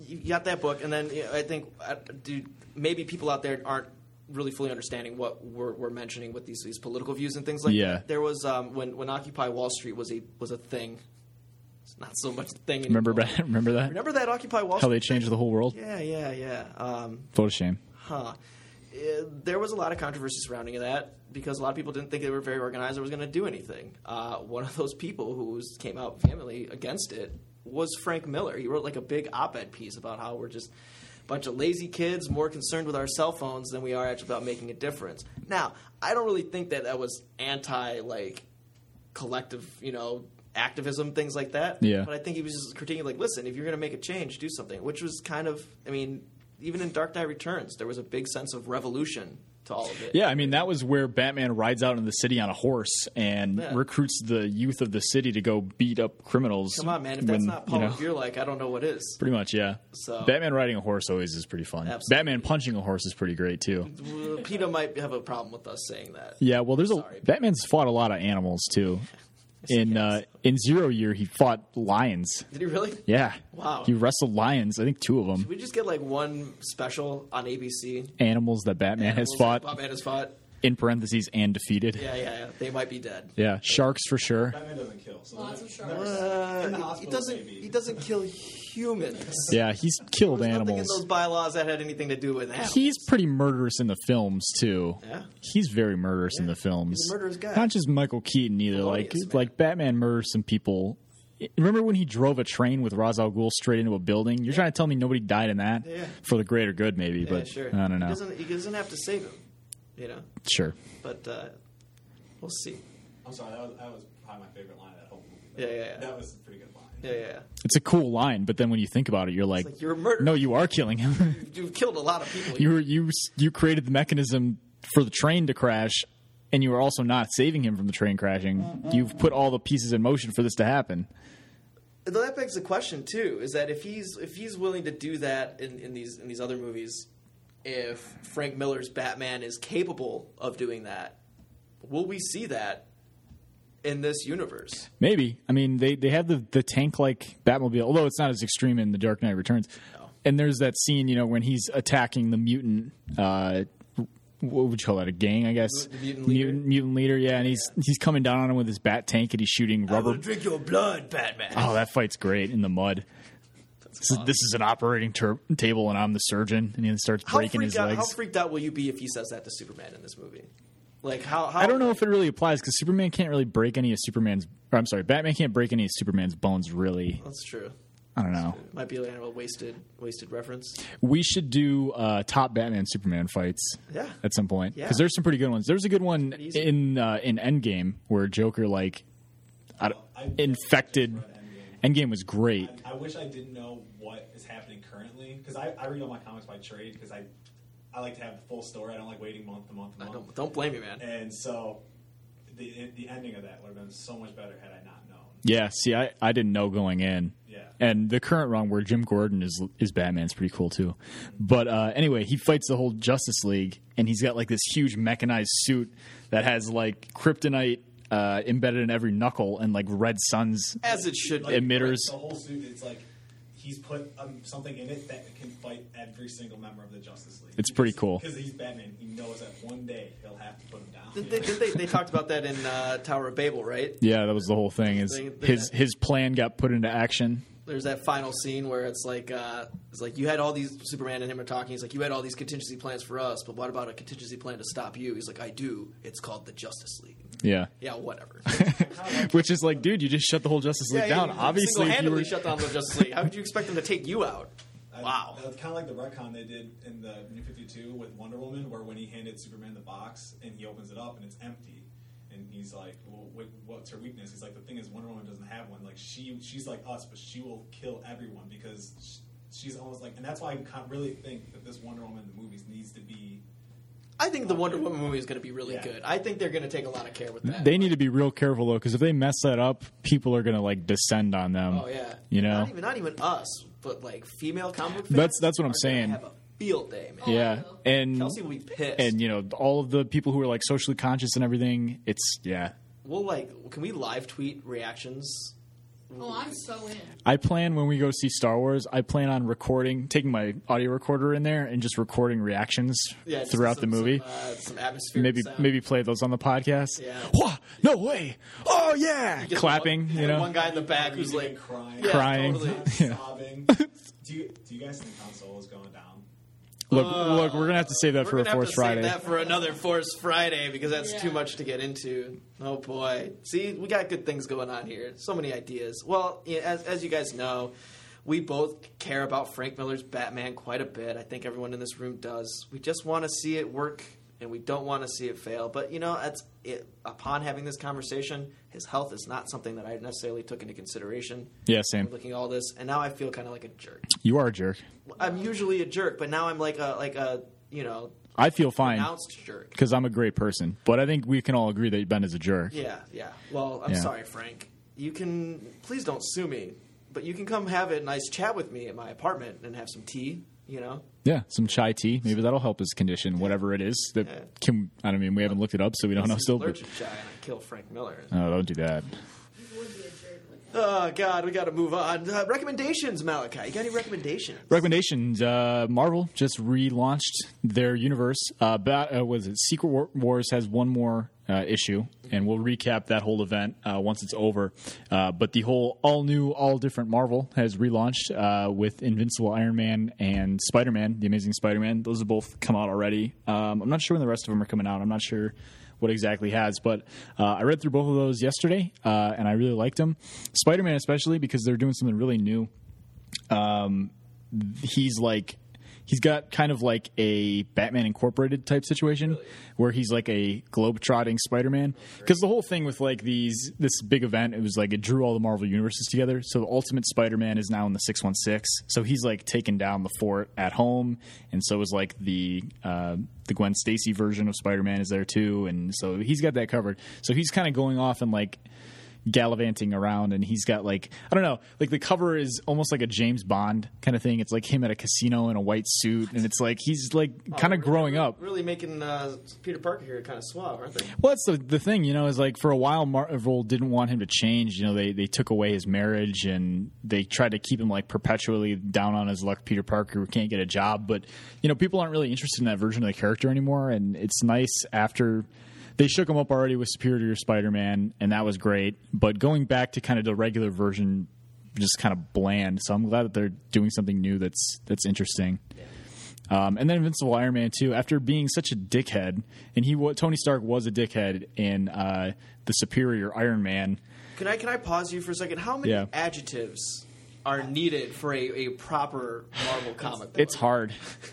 S1: you got that book, and then you know, I think, uh, dude, maybe people out there aren't really fully understanding what we're, we're mentioning with these these political views and things like
S3: Yeah.
S1: that. There was um, when when Occupy Wall Street was a was a thing. It's not so much a thing anymore.
S3: remember. Ba- remember that
S1: Remember that Occupy Wall
S3: how they
S1: Street?
S3: changed the whole world.
S1: yeah, yeah, yeah. Um,
S3: Photo shame.
S1: Huh. Uh, There was a lot of controversy surrounding that because a lot of people didn't think they were very organized or was going to do anything. Uh, one of those people who was, came out vehemently against it was Frank Miller. He wrote like a big op-ed piece about how we're just a bunch of lazy kids more concerned with our cell phones than we are actually about making a difference. Now, I don't really think that that was anti like collective, you know, activism, things like that.
S3: Yeah.
S1: But I think he was just critiquing, like, listen, if you're going to make a change, do something, which was kind of, I mean, even in Dark Knight Returns, there was a big sense of revolution to all of it.
S3: Yeah, I mean that was where Batman rides out in the city on a horse and
S1: Yeah.
S3: recruits the youth of the city to go beat up criminals.
S1: Come on, man. If that's
S3: when,
S1: not
S3: you
S1: Paul
S3: know,
S1: if you're like, I don't know what is.
S3: pretty much, yeah.
S1: So-
S3: Batman riding a horse always is pretty fun.
S1: Absolutely.
S3: Batman punching a horse is pretty great too.
S1: Well, PETA might have a problem with us saying that.
S3: Yeah, well, there's a
S1: Sorry.
S3: Batman's fought a lot of animals too. In uh, in Zero Year, he fought lions.
S1: Did he really?
S3: Yeah,
S1: Wow.
S3: He wrestled lions. I think two of them.
S1: We just get like one special on ABC.
S3: Animals that Batman
S1: Animals
S3: has
S1: that
S3: fought
S1: Batman has fought.
S3: in parentheses and defeated.
S1: Yeah, yeah, yeah. They might be dead.
S3: yeah. sharks for sure.
S5: Batman doesn't kill. So
S4: Lots of
S5: never-
S4: sharks.
S1: Uh,
S5: in
S1: he-
S5: the
S1: he
S5: hospital,
S1: doesn't.
S5: maybe.
S1: He doesn't kill humans.
S3: Yeah, he's killed
S1: There's Nothing in
S3: animals.
S1: those bylaws that had anything to do with animals.
S3: He's pretty murderous in the films too.
S1: Oh. Yeah.
S3: He's very murderous in the films.
S1: He's a murderous guy.
S3: Not just Michael Keaton either. like
S1: Felonious, man.
S3: like Batman murders some people. Remember when he drove a train with Ra's al Ghul straight into a building? You're trying to tell me nobody died in that
S1: Yeah.
S3: for the greater good, maybe?
S1: Yeah,
S3: but
S1: sure.
S3: I don't know.
S1: He doesn't, he doesn't have to save him, you know.
S3: sure.
S1: But uh, we'll see.
S5: I'm sorry, that was, that was probably my favorite line of that whole movie.
S1: Yeah, yeah, yeah.
S5: That was a pretty good line.
S1: Yeah, yeah. yeah.
S3: It's a cool line, but then when you think about it, you're like,
S1: like you're a murderer.
S3: no, you are killing him.
S1: You've killed a lot of people.
S3: you were, you you created the mechanism for the train to crash, and you were
S1: Mm-hmm.
S3: also not saving him from the train crashing. You've put all the pieces in motion for this to happen.
S1: though that begs the question too: is that if he's if he's willing to do that in, in these in these other movies, if Frank Miller's Batman is capable of doing that, will we see that in this universe?
S3: Maybe. I mean, they, they have the, the tank like Batmobile, although it's not as extreme in The Dark Knight Returns. And there's that scene, you know, when he's attacking the mutant. Uh, what would you call that? A gang, I guess.
S1: The mutant leader?
S3: mutant, mutant leader, yeah. And he's he's coming down on him with his bat tank, and he's shooting rubber.
S1: drink your blood, Batman.
S3: Oh, that fight's great in the mud. This is,
S1: awesome.
S3: this is an operating tur table, and I'm the surgeon. And he starts
S1: how
S3: breaking
S1: freaked
S3: his
S1: out,
S3: legs.
S1: How freaked out will you be if he says that to Superman in this movie? Like how? how
S3: I don't know if it really applies because Superman can't really break any of Superman's. Or I'm sorry, Batman can't break any of Superman's bones. Really,
S1: that's true.
S3: I don't know.
S1: It might be like a wasted wasted reference.
S3: We should do uh, top Batman Superman fights.
S1: Yeah.
S3: At some point,
S1: Yeah.
S3: because there's some pretty good ones. There's a good one
S1: easy.
S3: in uh, in Endgame where Joker like I don't-
S5: I-
S3: infected. Endgame was great.
S5: I wish I didn't know what is happening currently because I, I read all my comics by trade because I I like to have the full story. I don't like waiting month to month to
S1: I
S5: month.
S1: don't don't blame me, man.
S5: And so the the ending of that would have been so much better had I not known.
S3: Yeah. See, I, I didn't know going in.
S5: Yeah.
S3: And the current run where Jim Gordon is is Batman's pretty cool too. But uh, anyway, he fights the whole Justice League, and he's got like this huge mechanized suit that has like kryptonite uh, embedded in every knuckle and like red suns.
S1: As it should
S5: Like,
S1: be.
S3: Emitters.
S5: The whole suit. It's like he's put um, something in it that can fight every single member of the Justice League.
S3: It's pretty cool.
S5: because he's Batman. He knows that one day he'll have to put him down.
S1: Did they, did they, they talked about that in uh, Tower of Babel, right?
S3: Yeah, that was the whole thing. Is
S1: Thing- thing
S3: his
S1: that-
S3: his plan got put into action?
S1: There's that final scene where it's like, uh, it's like you had all these Superman and him are talking. He's like, you had all these contingency plans for us, but what about a contingency plan to stop you? He's like, I do. It's called the Justice League.
S3: Yeah.
S1: Yeah, whatever.
S3: Which is like, dude, you just shut the whole Justice League
S1: Yeah,
S3: down.
S1: you
S3: Obviously, if you
S1: single-handedly
S3: were,
S1: shut down the Justice League. How could you expect them to take you out?
S5: I-
S1: Wow.
S5: That's kind of like the retcon they did in the New 52 with Wonder Woman, where when he handed Superman the box and he opens it up and it's empty. And he's like, well, what, what's her weakness? He's like, the thing is, Wonder Woman doesn't have one. Like, she she's like us, but she will kill everyone because sh she's almost like, and that's why I kind of really think that this Wonder Woman in the movies needs to be.
S1: I think the Wonder Woman movie is going to be really
S5: Yeah.
S1: good. I think they're going to take a lot of care with that.
S3: they need to be real careful though, because if they mess that up, people are gonna like descend on them.
S1: Oh yeah.
S3: You know?
S1: not even not even us, but like female comic book fans.
S3: That's- that's what I'm
S1: are gonna
S3: saying.
S1: Have a field day, man.
S3: Yeah, and
S1: Kelsey will be pissed.
S3: and you know all of the people who are like socially conscious and everything. It's yeah.
S1: we'll like, can we live tweet reactions?
S4: Oh, I'm so in.
S3: I plan when we go see Star Wars. I plan on recording, taking my audio recorder in there, and just recording reactions
S1: Yeah, just
S3: throughout
S1: some-
S3: the movie.
S1: some, uh, some atmosphere.
S3: maybe
S1: sound.
S3: maybe play those on the podcast.
S1: Yeah.
S3: Wah, no way. Oh yeah.
S1: Get
S3: Clapping.
S1: One,
S3: you know.
S1: one guy in the back who's
S5: Reading and
S1: like
S5: crying,
S1: yeah,
S3: Crying.
S1: Totally.
S5: sobbing. do, you, do you guys think console is going down?
S3: Look, look, we're gonna have to save that
S1: Uh, We're
S3: for a
S1: gonna have
S3: Force
S1: to
S3: Friday.
S1: Save that for another Force Friday because that's
S4: Yeah.
S1: too much to get into. Oh boy, see, we got good things going on here. So many ideas. Well, yeah, as as you guys know, we both care about Frank Miller's Batman quite a bit. I think everyone in this room does. We just want to see it work, and we don't want to see it fail. But you know, that's it. Upon having this conversation, his health is not something that I necessarily took into consideration.
S3: Yeah, same.
S1: Looking at all this, and now I feel kind of like a jerk.
S3: You are a jerk.
S1: I'm usually a jerk, but now I'm like a like a you know
S3: I feel fine
S1: pronounced jerk.
S3: because I'm a great person, but I think we can all agree that Ben is a jerk.
S1: Yeah, yeah. Well, I'm
S3: Yeah.
S1: sorry, Frank. You can please don't sue me, but you can come have a nice chat with me at my apartment and have some tea. You know,
S3: Yeah, some chai tea. Maybe that'll help his condition, whatever it is. That
S1: Yeah.
S3: can I don't mean we haven't looked it up, so we don't know
S1: He's
S3: still. But
S1: allergic to chai, and I kill Frank Miller.
S3: no, don't do that.
S4: You would be a jerk with that.
S1: Oh God, we got to move on. Uh, recommendations, Malachi. You got any recommendations?
S3: Recommendations: uh, Marvel just relaunched their universe. Uh, about, uh, was it Secret War- Wars has one more uh, issue, and we'll recap that whole event uh, once it's over. Uh, but the whole all new, all different Marvel has relaunched uh, with Invincible Iron Man and Spider Man, The Amazing Spider Man. Those have both come out already. Um, I'm not sure when the rest of them are coming out. I'm not sure what exactly has. But uh, I read through both of those yesterday, uh, and I really liked them. Spider Man, especially because they're doing something really new he's like he's got kind of like a Batman Incorporated type situation where he's like a globetrotting Spider-Man because the whole thing with like these this big event it was like it drew all the Marvel universes together so the Ultimate Spider-Man is now in the 616 so he's like taking down the fort at home and so is like the uh, the Gwen Stacy version of Spider-Man is there too and so he's got that covered so he's kind of going off and like gallivanting around, and he's got like I don't know, like the cover is almost like a James Bond kind of thing. It's like him at a casino in a white suit, and it's like he's like kind of growing up.
S1: Really making uh, Peter Parker here kind of suave, aren't they?
S3: Well, that's the, the thing, you know, is like for a while Marvel didn't want him to change. You know, they, they took away his marriage and they tried to keep him like perpetually down on his luck, Peter Parker, who can't get a job. But, you know, people aren't really interested in that version of the character anymore. And it's nice after they shook him up already with Superior Spider Man, and that was great. But going back to kind of the regular version, just kind of bland. So I'm glad that they're doing something new that's that's interesting. Um, and then Invincible Iron Man 2, after being such a dickhead, and he wa- Tony Stark was a dickhead in uh, the Superior Iron Man.
S1: Can I can I pause you for a second? How many
S3: Yeah.
S1: adjectives are needed for a, a proper Marvel comic book?
S3: It's hard.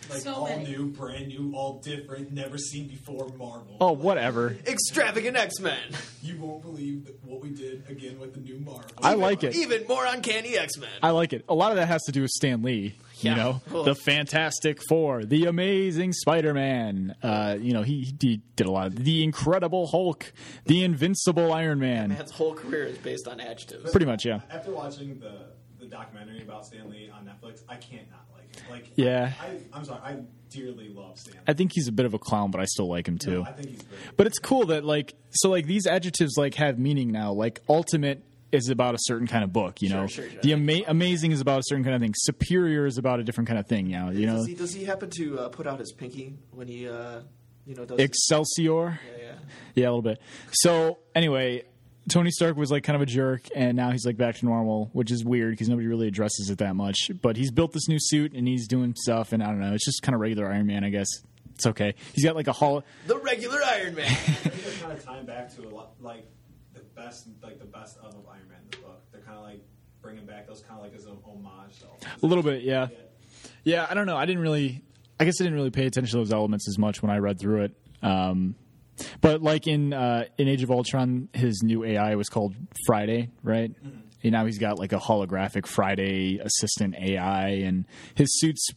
S5: Like
S4: So
S5: all
S4: many.
S5: new, brand new, all different, never seen before Marvel.
S3: Oh, whatever.
S1: extravagant X Men.
S5: You won't believe that what we did again with the new Marvel.
S3: I like it.
S1: Even more uncanny X Men.
S3: I like it. A lot of that has to do with Stan Lee. You
S1: Yeah.
S3: know,
S1: Cool.
S3: the Fantastic Four, the Amazing Spider-Man. Uh, you know, he, he did a lot. Of, the Incredible Hulk, the Invincible Iron Man.
S1: Man's whole career is based on adjectives.
S3: Pretty much, yeah.
S5: After watching the the documentary about Stanley on Netflix, I can't not like it. Like,
S3: Yeah.
S5: I, I'm sorry, I dearly love Stanley.
S3: I think he's a bit of a clown, but I still like him too.
S5: I think he's great.
S3: But it's cool that like so like these adjectives like have meaning now. Like ultimate is about a certain kind of book, you know.
S1: Sure, sure, sure.
S3: The ama- amazing is about a certain kind of thing. Superior is about a different kind of thing, you know. You know,
S1: Does he does he happen to uh, put out his pinky when he uh, you know does?
S3: Excelsior.
S1: yeah, yeah.
S3: Yeah, a little bit. So anyway, Tony Stark was like kind of a jerk, and now he's like back to normal, which is weird because nobody really addresses it that much. But he's built this new suit and he's doing stuff, and I don't know. It's just kind of regular Iron Man, I guess. It's okay. He's got like a hall.
S1: The regular Iron Man.
S5: I think they're kind of tying back to a lot, like the best, like the best of Iron Man in the book. They're kind of like bringing back those kind of like as an homage. To all those-
S3: A little bit, yeah.
S5: Yeah.
S3: Yeah, I don't know. I didn't really. I guess I didn't really pay attention to those elements as much when I read through it. Um, but like in uh, in Age of Ultron, his new AI was called Friday, right? And now he's got like a holographic Friday assistant AI, and his suits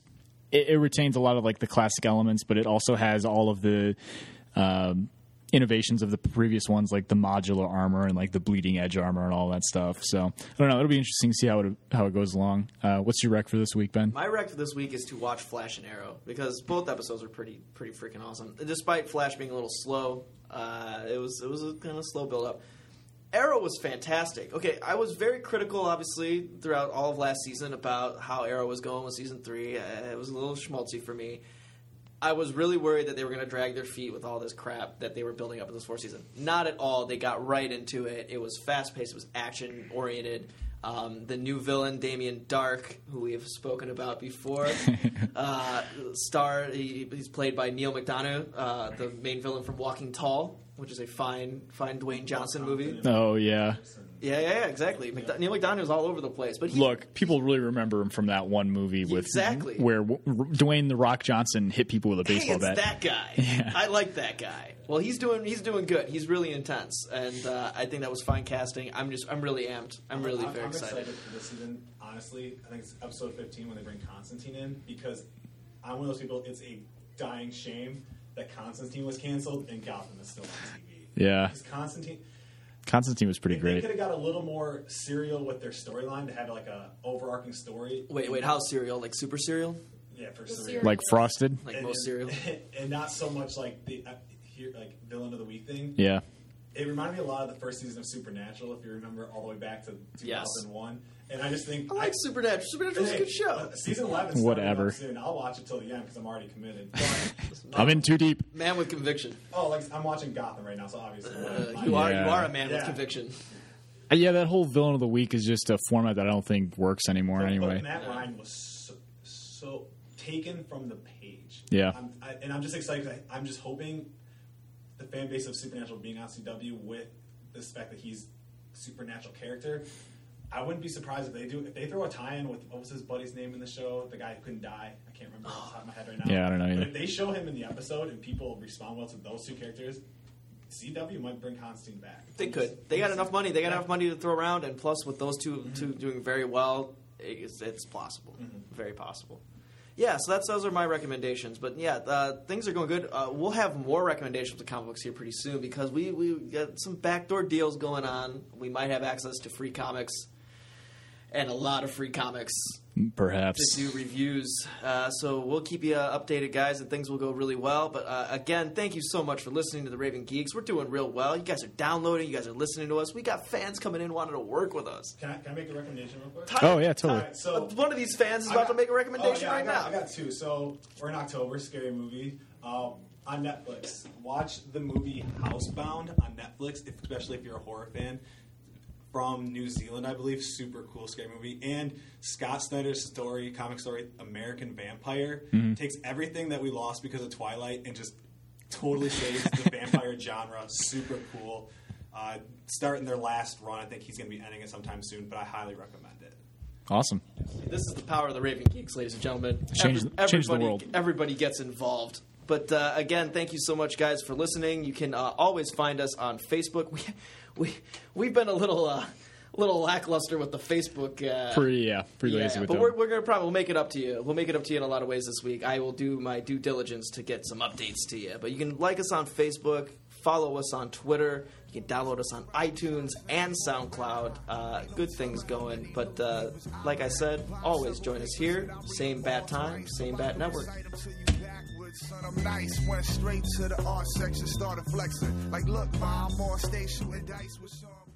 S3: it, it retains a lot of like the classic elements, but it also has all of the um, innovations of the previous ones, like the modular armor and like the bleeding edge armor and all that stuff. So I don't know. It'll be interesting to see how it how it goes along. Uh, what's your rec for this week, Ben?
S1: My rec for this week is to watch Flash and Arrow because both episodes are pretty pretty freaking awesome. Despite Flash being a little slow, uh, it was it was a kind of slow build up. Arrow was fantastic. Okay, I was very critical, obviously, throughout all of last season about how Arrow was going with season three. Uh, it was a little schmaltzy for me. I was really worried that they were going to drag their feet with all this crap that they were building up in this fourth season. Not at all. They got right into it. It was fast paced. It was action oriented. Um, the new villain Damien Dark, who we have spoken about before, uh, star he, he's played by Neil McDonough, uh, the main villain from Walking Tall, which is a fine fine Dwayne Johnson movie.
S3: Oh yeah.
S1: Yeah, yeah, yeah exactly. McDo- Neil McDonough is all over the place, but he,
S3: Look, people really remember him from that one movie with
S1: Exactly.
S3: where w- R- Dwayne the Rock Johnson hit people with a
S1: hey,
S3: baseball
S1: it's that
S3: bat.
S1: guy. I like that guy. Well, he's doing he's doing good. He's really intense, and uh, I think that was fine casting. I'm just I'm really amped. I'm really
S5: I'm,
S1: very
S5: I'm
S1: excited.
S5: for this season. Honestly, I think it's episode 15 when they bring Constantine in because I'm one of those people. It's a dying shame that Constantine was canceled and Gotham is still on TV.
S3: Yeah.
S5: because Constantine.
S3: Constantine was pretty
S5: They
S3: great.
S5: could have got a little more serial with their storyline to have like a overarching story.
S1: Wait, wait, how serial? Like super serial?
S5: Yeah, for
S4: The
S5: serial.
S4: serial-
S3: Like Frosted.
S1: Like most serial?
S5: and not so much like the uh, here, like villain of the week thing.
S3: Yeah.
S5: It reminded me a lot of the first season of Supernatural, if you remember, all the way back to
S1: Yes.
S5: 2001. And I just think
S4: Oh,
S1: I like Supernatural. Supernatural's a
S5: Hey,
S1: good show.
S5: uh, Season 11 started
S3: Whatever.
S5: up soon. I'll watch it till the end because I'm already committed. But,
S3: I'm in too deep.
S1: Man with conviction.
S5: oh, like I'm watching Gotham right now, so obviously.
S1: Uh,
S5: I-
S1: you are you
S3: Yeah.
S1: are a man with
S5: Yeah.
S1: conviction.
S3: Uh, Yeah, that whole villain of the week is just a format that I don't think works anymore.
S5: But-
S3: Anyway,
S5: But Matt Ryan was so, so taken from the page.
S3: Yeah.
S5: I'm, I, and I'm just excited. 'cause I, I'm just hoping the fan base of Supernatural being on CW with this fact that he's a supernatural character. I wouldn't be surprised if they do if they throw a tie-in with what was his buddy's name in the show, the guy who couldn't die. I can't remember off the top of my head right now.
S3: Yeah, I don't know either.
S5: But if they show him in the episode and people respond well to those two characters, CW might bring Constantine back.
S1: They could. They got enough money. They got enough money to throw around, and plus with those 2 two doing very well, it's, it's possible, very possible. yeah, so that's those are my recommendations. But yeah, uh, things are going good. Uh, we'll have more recommendations to comic books here pretty soon because we we got some backdoor deals going on. We might have access to free comics and a lot of free comics
S3: Perhaps.
S1: to do reviews. Uh, so we'll keep you uh, updated, guys, and things will go really well. But uh, again, thank you so much for listening to the Raven Geeks. We're doing real well. You guys are downloading. You guys are listening to us. We got fans coming in wanting to work with us.
S5: Can I, can I make a recommendation real quick?
S3: Oh yeah, totally.
S5: Alright, so-
S1: Uh, One of these fans is
S5: I
S1: about
S5: got-
S1: to make a recommendation
S5: oh, yeah,
S1: right
S5: I got,
S1: now.
S5: I got two. So we're in October, scary movie um, on Netflix. Watch the movie Housebound on Netflix, if- especially if you're a horror fan. From New Zealand, I believe. Super cool, scary movie. And Scott Snyder's story, comic story, American Vampire, takes everything that we lost because of Twilight and just totally saves the vampire genre. Super cool. Uh, starting their last run. I think he's going to be ending it sometime soon, but I highly recommend it.
S3: Awesome.
S1: This is the power of the Raven Geeks, ladies and gentlemen.
S3: Change- change the
S1: everybody,
S3: world.
S1: Everybody gets involved. But uh, again, thank you so much, guys, for listening. You can uh, always find us on Facebook. We we we've been a little uh, little lackluster with the Facebook. Uh,
S3: Pretty yeah, pretty lazy
S1: yeah,
S3: with
S1: but
S3: them.
S1: we're, we're gonna probably we'll make it up to you. We'll make it up to you in a lot of ways this week. I will do my due diligence to get some updates to you. But you can like us on Facebook, follow us on Twitter. You can download us on iTunes and SoundCloud. Uh, good things going. But uh, like I said, always join us here. Same bat time, same bat network.
S2: Son, I'm nice. Went straight to the art section, started flexing. Like, look, ma, I'm on stage shooting dice with Sean.